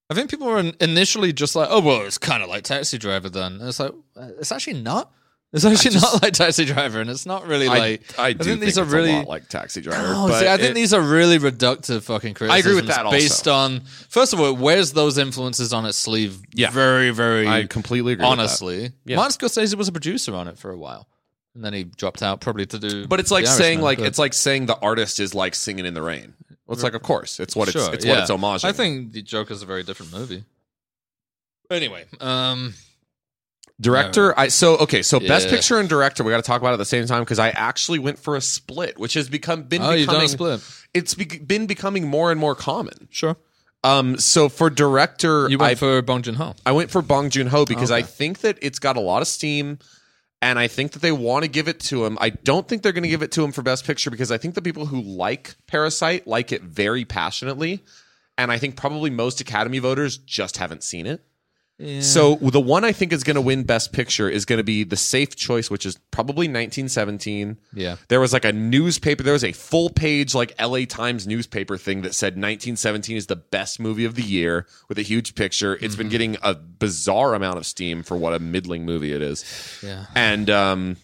A: I think people were in, initially just like, "Oh, well, it's kind of like Taxi Driver." Then and it's like uh, it's actually not. It's actually not like Taxi Driver, and it's not really
B: I,
A: like.
B: I, do
A: think
B: think,
A: these are
B: it's
A: really-
B: a lot like Taxi Driver.
A: No,
B: but
A: see, I think
B: it-
A: these are really reductive fucking criticisms.
B: I agree with that also.
A: Based on first of all, it wears those influences on its sleeve.
B: Yeah.
A: very, very
B: I completely agree. with that.
A: honestly.
B: Yeah.
A: Martin Scorsese was a producer on it for a while, and then he dropped out probably to do.
B: but it's like
A: The
B: saying
A: Irishman,
B: like
A: but-
B: it's like saying the artist is like singing in the rain. Well, it's like of course it's what
A: Sure,
B: it's it's
A: yeah.
B: what it's homaging.
A: I think the Joker's a very different movie. Anyway, um,
B: director. I so okay. So best
A: Yeah.
B: picture and director. We got to talk about it at the same time because I actually went for a split, which has become been
A: oh, you've done
B: becoming
A: a split.
B: it's be- been becoming more and more common.
A: Sure,
B: Um. So for director,
A: you went
B: I
A: for Bong Joon Ho.
B: I went for Bong Joon Ho because I
A: Oh, Okay.
B: think that it's got a lot of steam, and I think that they want to give it to him. I don't think they're going to give it to him for Best Picture because I think the people who like Parasite like it very passionately, and I think probably most Academy voters just haven't seen it. So the one I think is going to win Best Picture is going to be the safe choice, which is probably 1917.
A: Yeah.
B: There was like a newspaper. There was a full page like L.A. Times newspaper thing that said 1917 is the best movie of the year with a huge picture. It's
A: Mm-hmm.
B: been getting a bizarre amount of steam for what a middling movie it is,
A: yeah,
B: and um,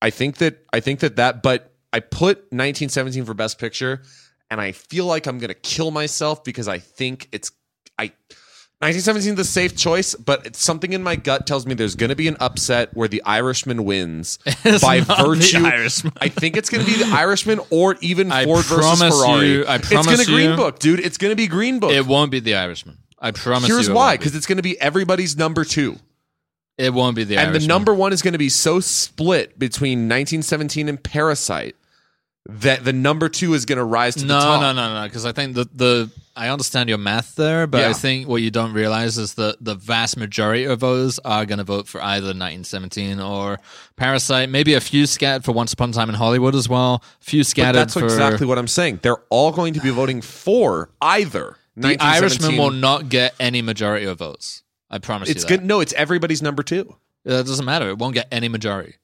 B: I think that I think that that. But I put 1917 for Best Picture, and I feel like I'm gonna kill myself because I think it's I. 1917 is the safe choice, but it's something in my gut tells me there's going to be an upset where the Irishman wins
A: It's
B: by
A: not The
B: virtue.
A: Irishman.
B: I think it's going to be the Irishman or even
A: I
B: Ford versus
A: promise
B: Ferrari.
A: you- I
B: it's gonna
A: promise
B: Green
A: you-
B: Book, dude. It's going to be Green Book.
A: it won't be The Irishman. I promise.
B: Here's
A: you it
B: why,
A: won't be.
B: because it's going to be everybody's number two,
A: it won't be The
B: and the
A: Irishman.
B: number one is going to be so split between 1917 and Parasite that the number two is going to rise to the
A: No,
B: top.
A: no, no, no. Because I think the the I understand your math there, but
B: Yeah.
A: I think what you don't realize is that the vast majority of voters are going to vote for either 1917 or Parasite. Maybe a few scattered for Once Upon a Time in Hollywood as well. A few
B: But
A: scattered
B: that's
A: for
B: exactly what I'm saying. They're all going to be voting for either.
A: the
B: 1917
A: Irishman will not get any majority of votes. I promise
B: It's
A: you that.
B: good. No, it's everybody's number two.
A: That doesn't matter. It won't get any majority,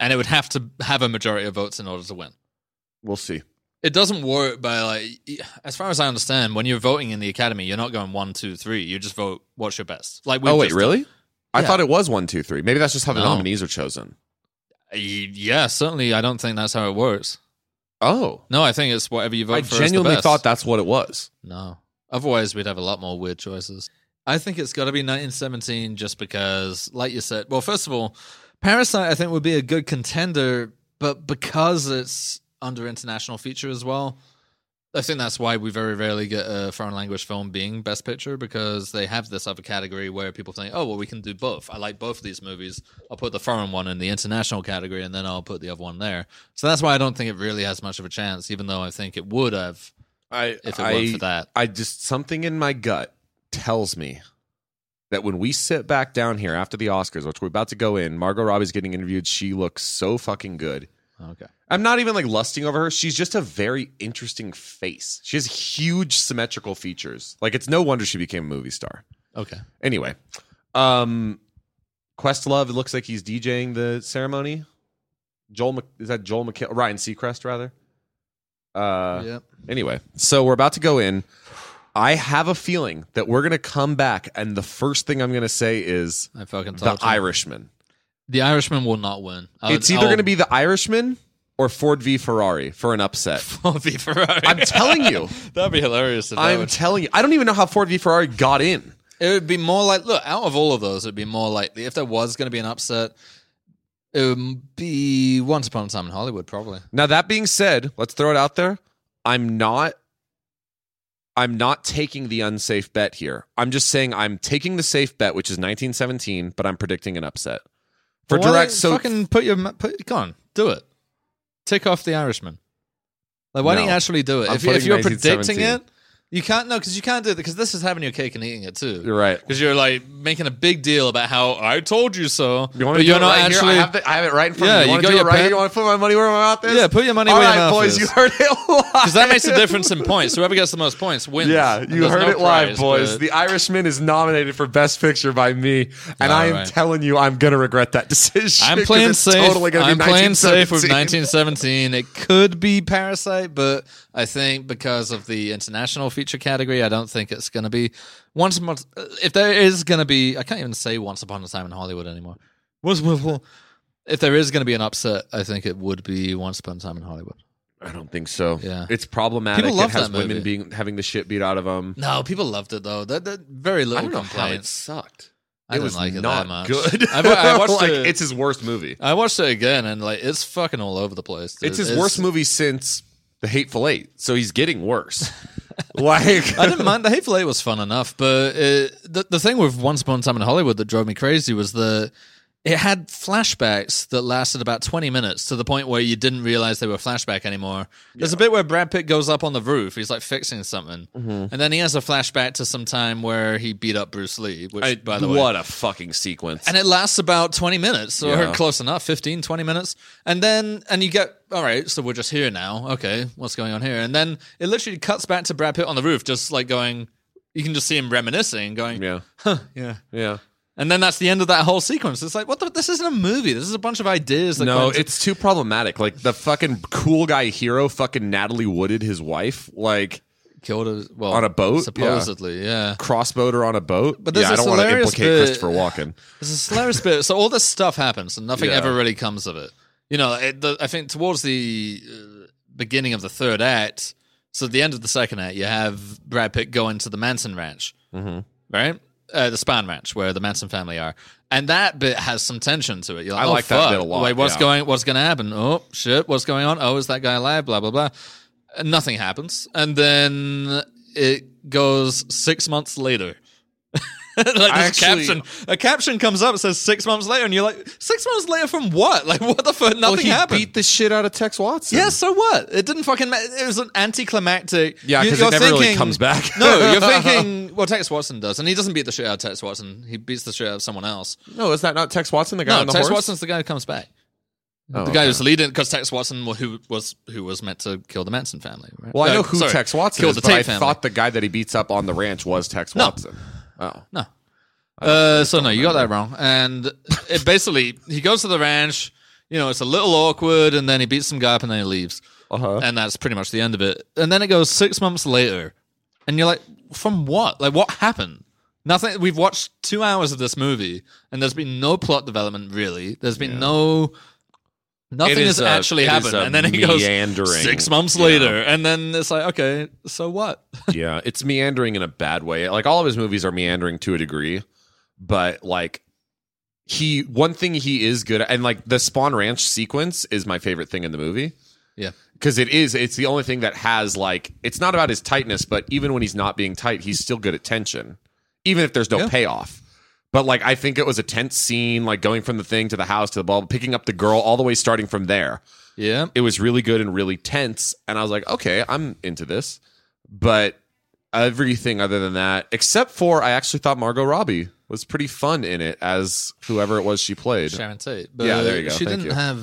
A: and it would have to have a majority of votes in order to win.
B: We'll see.
A: It doesn't work by like, as far as I understand, when you're voting in the academy, you're not going one, two, three. You just vote what's your best. Like, we
B: oh wait,
A: just-
B: really? I
A: Yeah.
B: thought it was one, two, three. Maybe that's just how the
A: No.
B: nominees are chosen.
A: uh, Y- Yeah, certainly. I don't think that's how it works.
B: Oh,
A: No, I think it's whatever you vote
B: I
A: for.
B: genuinely thought that's what it was.
A: No, otherwise we'd have a lot more weird choices. I think it's got to be 1917, just because, like you said, well, first of all, Parasite I think would be a good contender, but because it's under international feature as well, I think that's why we very rarely get a foreign language film being best picture because they have this other category where people think, oh, well, we can do both. I like both of these movies. I'll put the foreign one in the international category and then I'll put the other one there. So that's why I don't think it really has much of a chance, even though I think it would have
B: I
A: if it
B: I,
A: weren't for that.
B: I just something in my gut tells me that when we sit back down here after the Oscars, which we're about to go in, Margot Robbie's getting interviewed. She looks so fucking good.
A: Okay.
B: I'm not even like lusting over her. She's just a very interesting face. She has huge symmetrical features. Like it's no wonder she became a movie star.
A: Okay.
B: Anyway, um Questlove, it looks like he's DJing the ceremony. Joel Mc, is that Joel McHale? Ryan Seacrest rather. Uh
A: yep.
B: Anyway, so we're about to go in. I have a feeling that we're going to come back, and the first thing I'm going to say is
A: I fucking
B: The
A: told you.
B: Irishman.
A: the Irishman will not win. I
B: It's
A: would-
B: either
A: I'll-
B: going to be The Irishman or Ford v Ferrari for an upset.
A: I'll be Ferrari.
B: I'm telling you.
A: That'd be hilarious. If that
B: I'm
A: would-
B: telling you. I don't even know how Ford v Ferrari got in.
A: It would be more like look out of all of those, it'd be more like if there was going to be an upset, it would be Once Upon a Time in Hollywood, probably.
B: Now that being said, let's throw it out there. I'm not I'm not taking the unsafe bet here. I'm just saying I'm taking the safe bet, which is 1917, but I'm predicting an upset. For
A: Why don't
B: direct
A: you
B: so
A: fucking put your ma- put go on, do it. Tick off the Irishman. Like why don't you
B: No.
A: actually do it?
B: I'm
A: If, you- if
B: putting
A: you're predicting
B: 1917.
A: it, you can't no because you can't do it because this is having your cake and eating it too.
B: You're right.
A: Because you're like making a big deal about how I told you so,
B: You
A: but
B: want to do
A: you're
B: it
A: not
B: right
A: actually.
B: Here? I, have the, I have it right in front
A: Yeah,
B: of me.
A: you
B: You want
A: got
B: to do it
A: your
B: right
A: pen?
B: here? You want to put my money where my mouth is?
A: yeah, put your money
B: All
A: where your
B: right,
A: mouth
B: boys,
A: is.
B: you heard it live.
A: Because that makes a difference in points. Whoever gets the most points wins.
B: Yeah,
A: And
B: you
A: there's
B: heard
A: no
B: it live,
A: prize,
B: boys.
A: but-
B: The Irishman is nominated for Best Picture by me,
A: All
B: and I am
A: right.
B: telling you, I'm gonna regret that decision.
A: I'm
B: 'cause
A: playing
B: it's
A: safe.
B: Totally gonna
A: I'm
B: be
A: playing safe with
B: 1917.
A: 1917. It could be Parasite, but I think because of the international feature category, I don't think it's going to be once. Upon, uh, if there is going to be, I can't even say Once Upon a Time in Hollywood anymore. Once upon- If there is going to be an upset, I think it would be Once Upon a Time in Hollywood.
B: I don't think so.
A: Yeah.
B: it's problematic.
A: People love
B: it has
A: that movie.
B: women being having the shit beat out of them.
A: No, people loved it though. That, that very
B: I
A: little
B: don't know how it
A: complaints.
B: sucked.
A: I didn't
B: was
A: like it
B: not
A: that much.
B: good.
A: I, wa- I watched
B: like
A: it.
B: it's his worst movie.
A: I watched it again, and like it's fucking all over the place. dude.
B: It's his worst movie since The Hateful Eight, so he's getting worse. like
A: I didn't mind. The Hateful Eight was fun enough, but it, the the thing with Once Upon a Time in Hollywood that drove me crazy was that it had flashbacks that lasted about twenty minutes to the point where you didn't realize they were flashback anymore. There's a bit where Brad Pitt goes up on the roof. He's like fixing something,
B: Mm-hmm.
A: and then he has a flashback to some time where he beat up Bruce Lee. Which,
B: I-
A: by the way,
B: what a fucking sequence.
A: and it lasts about 20 minutes or
B: Yeah.
A: close enough 15 20 minutes and then and you get all right so we're just here now okay what's going on here and then it literally cuts back to brad pitt on the roof just like going you can just see him reminiscing going
B: yeah,
A: huh, yeah
B: yeah.
A: and then that's the end of that whole sequence it's like what the this isn't a movie this is a bunch of ideas that
B: No,
A: go into-
B: it's too problematic. Like the fucking cool guy hero, fucking Natalie Wooded, his wife, like
A: killed a, well,
B: On a boat? Yeah.
A: supposedly yeah
B: crossboater on a boat.
A: But
B: yeah,
A: there's
B: I
A: this
B: don't want to
A: hilarious
B: implicate
A: bit-
B: Christopher Walken.
A: It's a hilarious bit. So all this stuff happens, and nothing
B: Yeah.
A: ever really comes of it. You know, it, the, I think towards the uh, beginning of the third act, so at the end of the second act, you have Brad Pitt going to the Manson Ranch, mm-hmm. right? Uh, the Span Ranch, where the Manson family are, and that bit has some tension to it. You're like,
B: I
A: oh,
B: like that
A: fuck.
B: bit a lot,
A: Wait, what's
B: yeah.
A: going? What's going to happen? Oh shit, what's going on? Oh, is that guy alive? Blah blah blah. And nothing happens, and then it goes six months later. like
B: I
A: this
B: actually-
A: caption, a caption comes up, it says six months later, and you're like, six months later from what? Like, what the fuck? Nothing
B: Well, he
A: happened.
B: beat the shit out of Tex Watson.
A: yeah, so what? It didn't fucking. Ma- it was an anticlimactic.
B: yeah,
A: You-
B: because
A: you're
B: it never really
A: thinking-
B: comes back.
A: no, you're thinking. Well, Tex Watson does, and he doesn't beat the shit out of Tex Watson. He beats the shit out of someone else.
B: no, is that not Tex Watson, the guy
A: No,
B: on the
A: Tex
B: horse?
A: Watson's the guy who comes back.
B: Oh,
A: the guy
B: okay.
A: who's leading because Tex Watson, wa- who was who was meant to kill the Manson family. Right?
B: Well, I
A: No,
B: know who
A: sorry,
B: Tex Watson
A: killed the
B: is, but I
A: Tate family.
B: thought the guy that he beats up on the ranch was Tex Watson. Oh,
A: No. Uh, so no, you got that wrong. And it basically he goes to the ranch. You know, it's a little awkward, and then he beats some guy up, and then he leaves,
B: uh-huh.
A: and that's pretty much the end of it. And then it goes six months later, and you're like, from what? Like, what happened? Nothing. We've watched two hours of this movie, and there's been no plot development really. There's been no. Nothing
B: is
A: has
B: a-
A: actually
B: it is
A: happened,
B: a
A: and then he goes
B: meandering-
A: six months
B: Yeah.
A: later, and then it's like, okay, so what?
B: yeah, it's meandering in a bad way. Like all of his movies are meandering to a degree, but like he one thing he is good at, and like the Spawn Ranch sequence is my favorite thing in the movie.
A: Yeah.
B: because it is it's the only thing that has like it's not about his tightness but even when he's not being tight he's still good at tension even if there's no
A: Yeah.
B: payoff but like i think it was a tense scene like going from the thing to the house to the ball picking up the girl all the way starting from there
A: Yeah.
B: it was really good and really tense and i was like okay i'm into this but everything other than that except for i actually thought margot robbie was pretty fun in it as whoever it was she played
A: Sharon Tate. But
B: Yeah, there you go.
A: She
B: Thank
A: didn't
B: you.
A: have.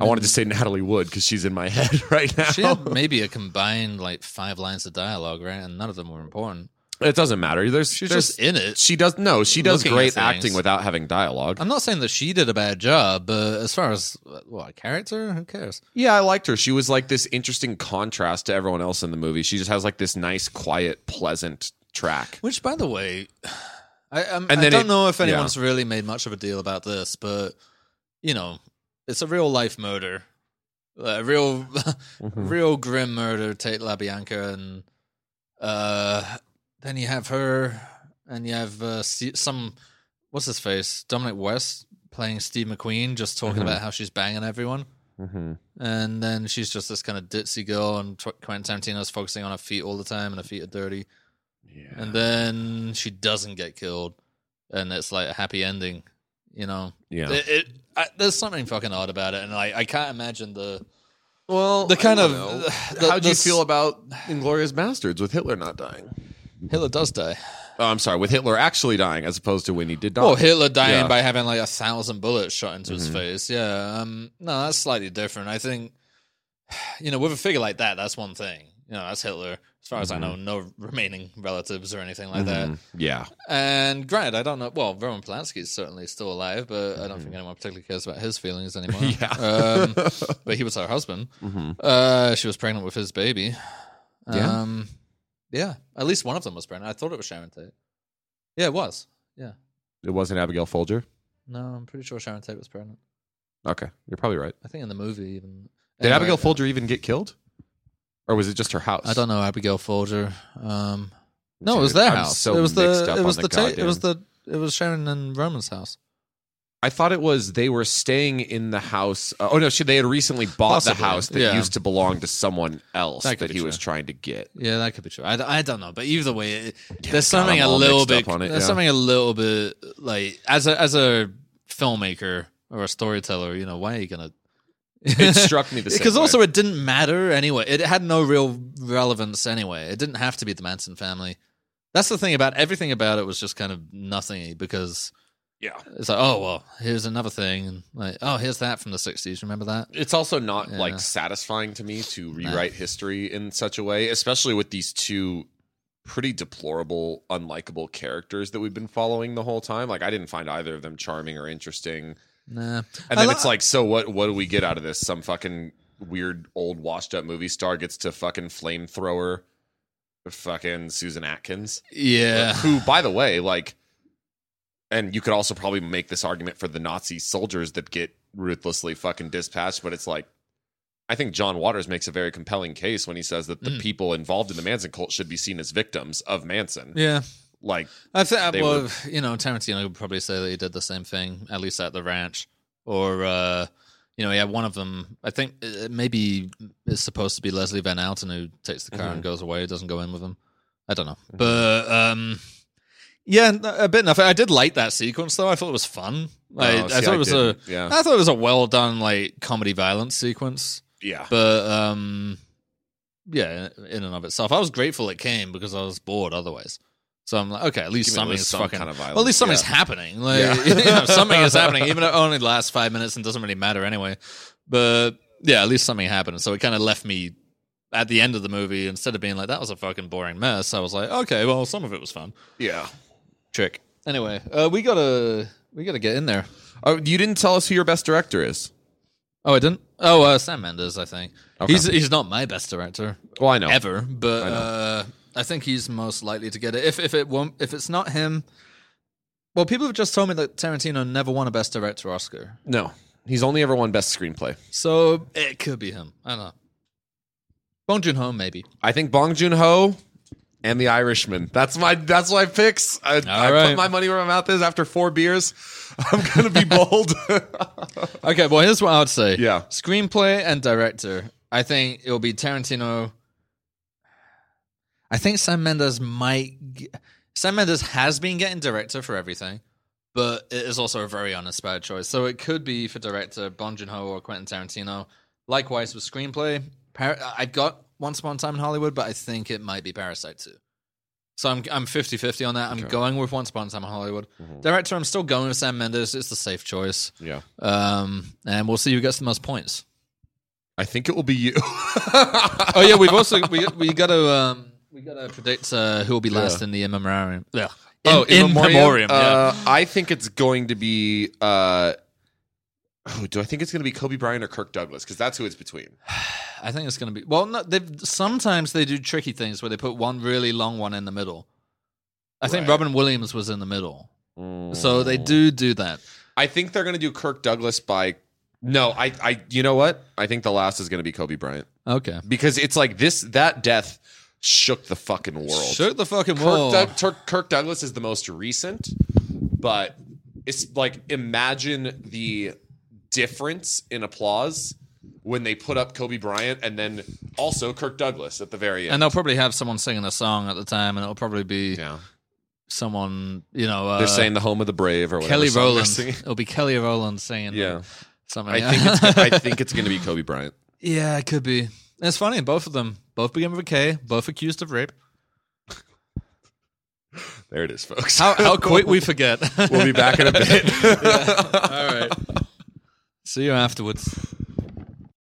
B: i wanted to say natalie wood because she's in my head right now
A: She had maybe a combined like five lines of dialogue, right? And none of them were important.
B: It doesn't matter. There's,
A: She was
B: there's
A: just in it.
B: she does no, she does
A: looking at
B: great
A: things. Um,
B: acting without having dialogue.
A: I'm not saying that she did a bad job, but as far as uh, what a character, who cares?
B: yeah, I liked her. She was like this interesting contrast to everyone else in the movie. She just has like this nice, quiet, pleasant track.
A: Which, by the way, I, I'm,
B: And
A: I
B: then
A: don't
B: it-
A: know if anyone's really made much of a deal about this, but you know, it's a real life murder, a real,
B: Hmm.
A: real grim murder. Tate LaBianca, and uh, then you have her, and you have uh, Ste some what's his face, Dominic West playing Steve McQueen, just talking
B: Mhm.
A: about how she's banging everyone.
B: Mm-hmm.
A: And then she's just this kind of ditzy girl, and Tw- Quentin Tarantino's focusing on her feet all the time, and her feet are dirty.
B: Yeah.
A: And then she doesn't get killed, and it's like a happy ending. You know,
B: Yeah.
A: it, it I, there's something fucking odd about it, and like I can't imagine the
B: well,
A: the kind
B: I
A: of
B: don't know.
A: the-
B: How'd you
A: this-
B: feel about Inglorious Bastards with Hitler not dying?
A: Hitler does die.
B: Oh, I'm sorry, with Hitler actually dying as opposed to when he did die.
A: Oh, Hitler dying
B: Uh, Yeah. Mm-hmm.
A: by having like a thousand bullets shot into his face. Yeah, um, no, that's slightly different. I think you know, with a figure like that, that's one thing. You know, that's Hitler. As far as I
B: Mm-hmm.
A: know, no remaining relatives or anything like that.
B: Mhm. Yeah.
A: And granted, I don't know. Well, Roman Polanski is certainly still alive, but I don't think anyone particularly cares about his feelings anymore.
B: Mm-hmm. Yeah.
A: Um, but he was her husband.
B: Mhm.
A: Uh, she was pregnant with his baby.
B: Yeah.
A: Um, yeah. At least one of them was pregnant. I thought it was Sharon Tate. Yeah, it was. Yeah.
B: It wasn't Abigail Folger.
A: No, I'm pretty sure Sharon Tate was pregnant.
B: Okay. You're probably right.
A: I think in the movie, even.
B: Did
A: Anyway, uh,
B: Abigail Folger even get killed? Or was it just her house?
A: I don't know Abigail Folger. Um, no, it was
B: Dude,
A: their
B: I'm
A: house.
B: so
A: it was
B: mixed
A: the.
B: up
A: It
B: on
A: was
B: the
A: the. Tate, it
B: goddamn-
A: was the. It was Sharon and Roman's house.
B: I thought it was they were staying in the house. Uh, oh no, she, they had recently bought
A: Possibly,
B: the house that
A: yeah.
B: used to belong to someone else
A: That
B: that,
A: could be
B: he was
A: true.
B: trying to get.
A: Yeah, that could be true. I, d- I don't know, but either way, it, there's
B: God,
A: something
B: I'm
A: a
B: all
A: little
B: mixed up
A: bit.
B: on it,
A: there's
B: yeah.
A: something a little bit like as a as a filmmaker or a storyteller, you know, why are you gonna?
B: It struck me the same.
A: Because
B: way.
A: also it didn't matter anyway. It had no real relevance anyway. It didn't have to be the Manson family. That's the thing about everything about it was just kind of nothingy because
B: yeah,
A: it's like, oh well, here's another thing, and like, oh here's that from the '60s. Remember that?
B: it's also not
A: Yeah.
B: like satisfying to me to rewrite history in such a way, especially with these two pretty deplorable, unlikable characters that we've been following the whole time. Like I didn't find either of them charming or interesting.
A: Nah.
B: And
A: I
B: then
A: li-
B: it's like, so what? What do we get out of this? Some fucking weird old washed up movie star gets to fucking flamethrower, fucking Susan Atkins,
A: yeah.
B: who, by the way, like, and you could also probably make this argument for the Nazi soldiers that get ruthlessly fucking dispatched, but it's like. I think John Waters makes a very compelling case when he says that the
A: Mm.
B: people involved in the Manson cult should be seen as victims of Manson.
A: Yeah.
B: Like,
A: I think,
B: They
A: well, you know, Tarantino would probably say that he did the same thing, at least at the ranch, or uh, you know, yeah, one of them. I think uh, maybe it's supposed to be Leslie Van Outen who takes the car
B: Mm-hmm.
A: and goes away, doesn't go in with him. I don't know, but um, yeah, n- a bit enough. I did like that sequence though. I thought it was fun. Like,
B: oh, see,
A: I thought it was a,
B: didn't. yeah,
A: I thought it was a well done like comedy violence sequence
B: yeah.
A: but um yeah in and of itself i was grateful it came because i was bored otherwise so i'm like okay at least
B: Give me
A: something's
B: at least some
A: fucking
B: kind of
A: well at least
B: violence,
A: something's happening like
B: Yeah.
A: you know, something is happening even though it only lasts five minutes and doesn't really matter anyway but yeah at least something happened so it kind of left me at the end of the movie instead of being like that was a fucking boring mess i was like okay well some of it was fun
B: yeah.
A: trick anyway uh we gotta we gotta get in there
B: Oh, you didn't tell us who your best director is.
A: oh i didn't oh uh sam mendes i think
B: Okay.
A: he's he's not my best director
B: Well, I know.
A: ever, but
B: Oh. I
A: I,
B: know.
A: uh, I think he's most likely to get it. If if it won't, if it's not him, well, people have just told me that Tarantino never won a Best Director Oscar,
B: No, he's only ever won best screenplay.
A: so it could be him. I don't know. Bong Joon Ho, maybe.
B: I think Bong Joon Ho and The Irishman. That's my that's my picks. I, I put
A: right.
B: my money where my mouth is. After four beers, I'm gonna be bold.
A: Okay, well, here's what I would say.
B: Yeah.
A: Screenplay and director. I think it'll be Tarantino. I think Sam Mendes might. g- Sam Mendes has been getting director for everything, but it is also a very uninspired choice. So it could be for director Bong Joon Ho or Quentin Tarantino. Likewise with screenplay, Par- I got Once Upon a Time in Hollywood, but I think it might be Parasite too. So I'm I'm 50-50 on that. I'm
B: Okay.
A: going with Once Upon a Time in Hollywood.
B: Mhm.
A: Director, I'm still going with Sam Mendes. It's the safe choice.
B: yeah,
A: Um, and we'll see who gets the most points.
B: I think it will be you.
A: Oh yeah, we've also we we got to um we got to predict uh, who will be last
B: Yeah.
A: in the in memoriam. Yeah.
B: oh, in, memoriam.
A: yeah.
B: uh, I think it's going to be. Uh, oh, do I think it's going to be Kobe Bryant or Kirk Douglas? Because that's who it's between.
A: I think it's going to be well. No, they sometimes they do tricky things where they put one really long one in the middle. I think
B: Right. Oh.
A: Robin Williams was in the middle, so they do do that.
B: I think they're going to do Kirk Douglas by. No, I, I, you know what? I think the last is going to be Kobe Bryant
A: Okay,
B: because it's like this. That death shook the fucking world.
A: shook the fucking
B: Kirk,
A: world.
B: Doug, Turk, Kirk Douglas is the most recent, but it's like imagine the difference in applause when they put up Kobe Bryant and then also Kirk Douglas at the very end.
A: and they'll probably have someone singing a song at the time, and it'll probably be
B: yeah,
A: someone you know. Uh,
B: they're saying the home of the brave or whatever.
A: Kelly
B: song they're
A: Rowland.
B: singing.
A: It'll be Kelly Rowland singing.
B: Yeah,
A: something.
B: I
A: yeah.
B: think it's, go- I think it's going to be Kobe Bryant.
A: Yeah, it could be. It's funny. Both of them, both begin with a K, both accused of rape.
B: There it is, folks.
A: How, how quick we forget.
B: We'll be back in a bit.
A: All right. See you afterwards.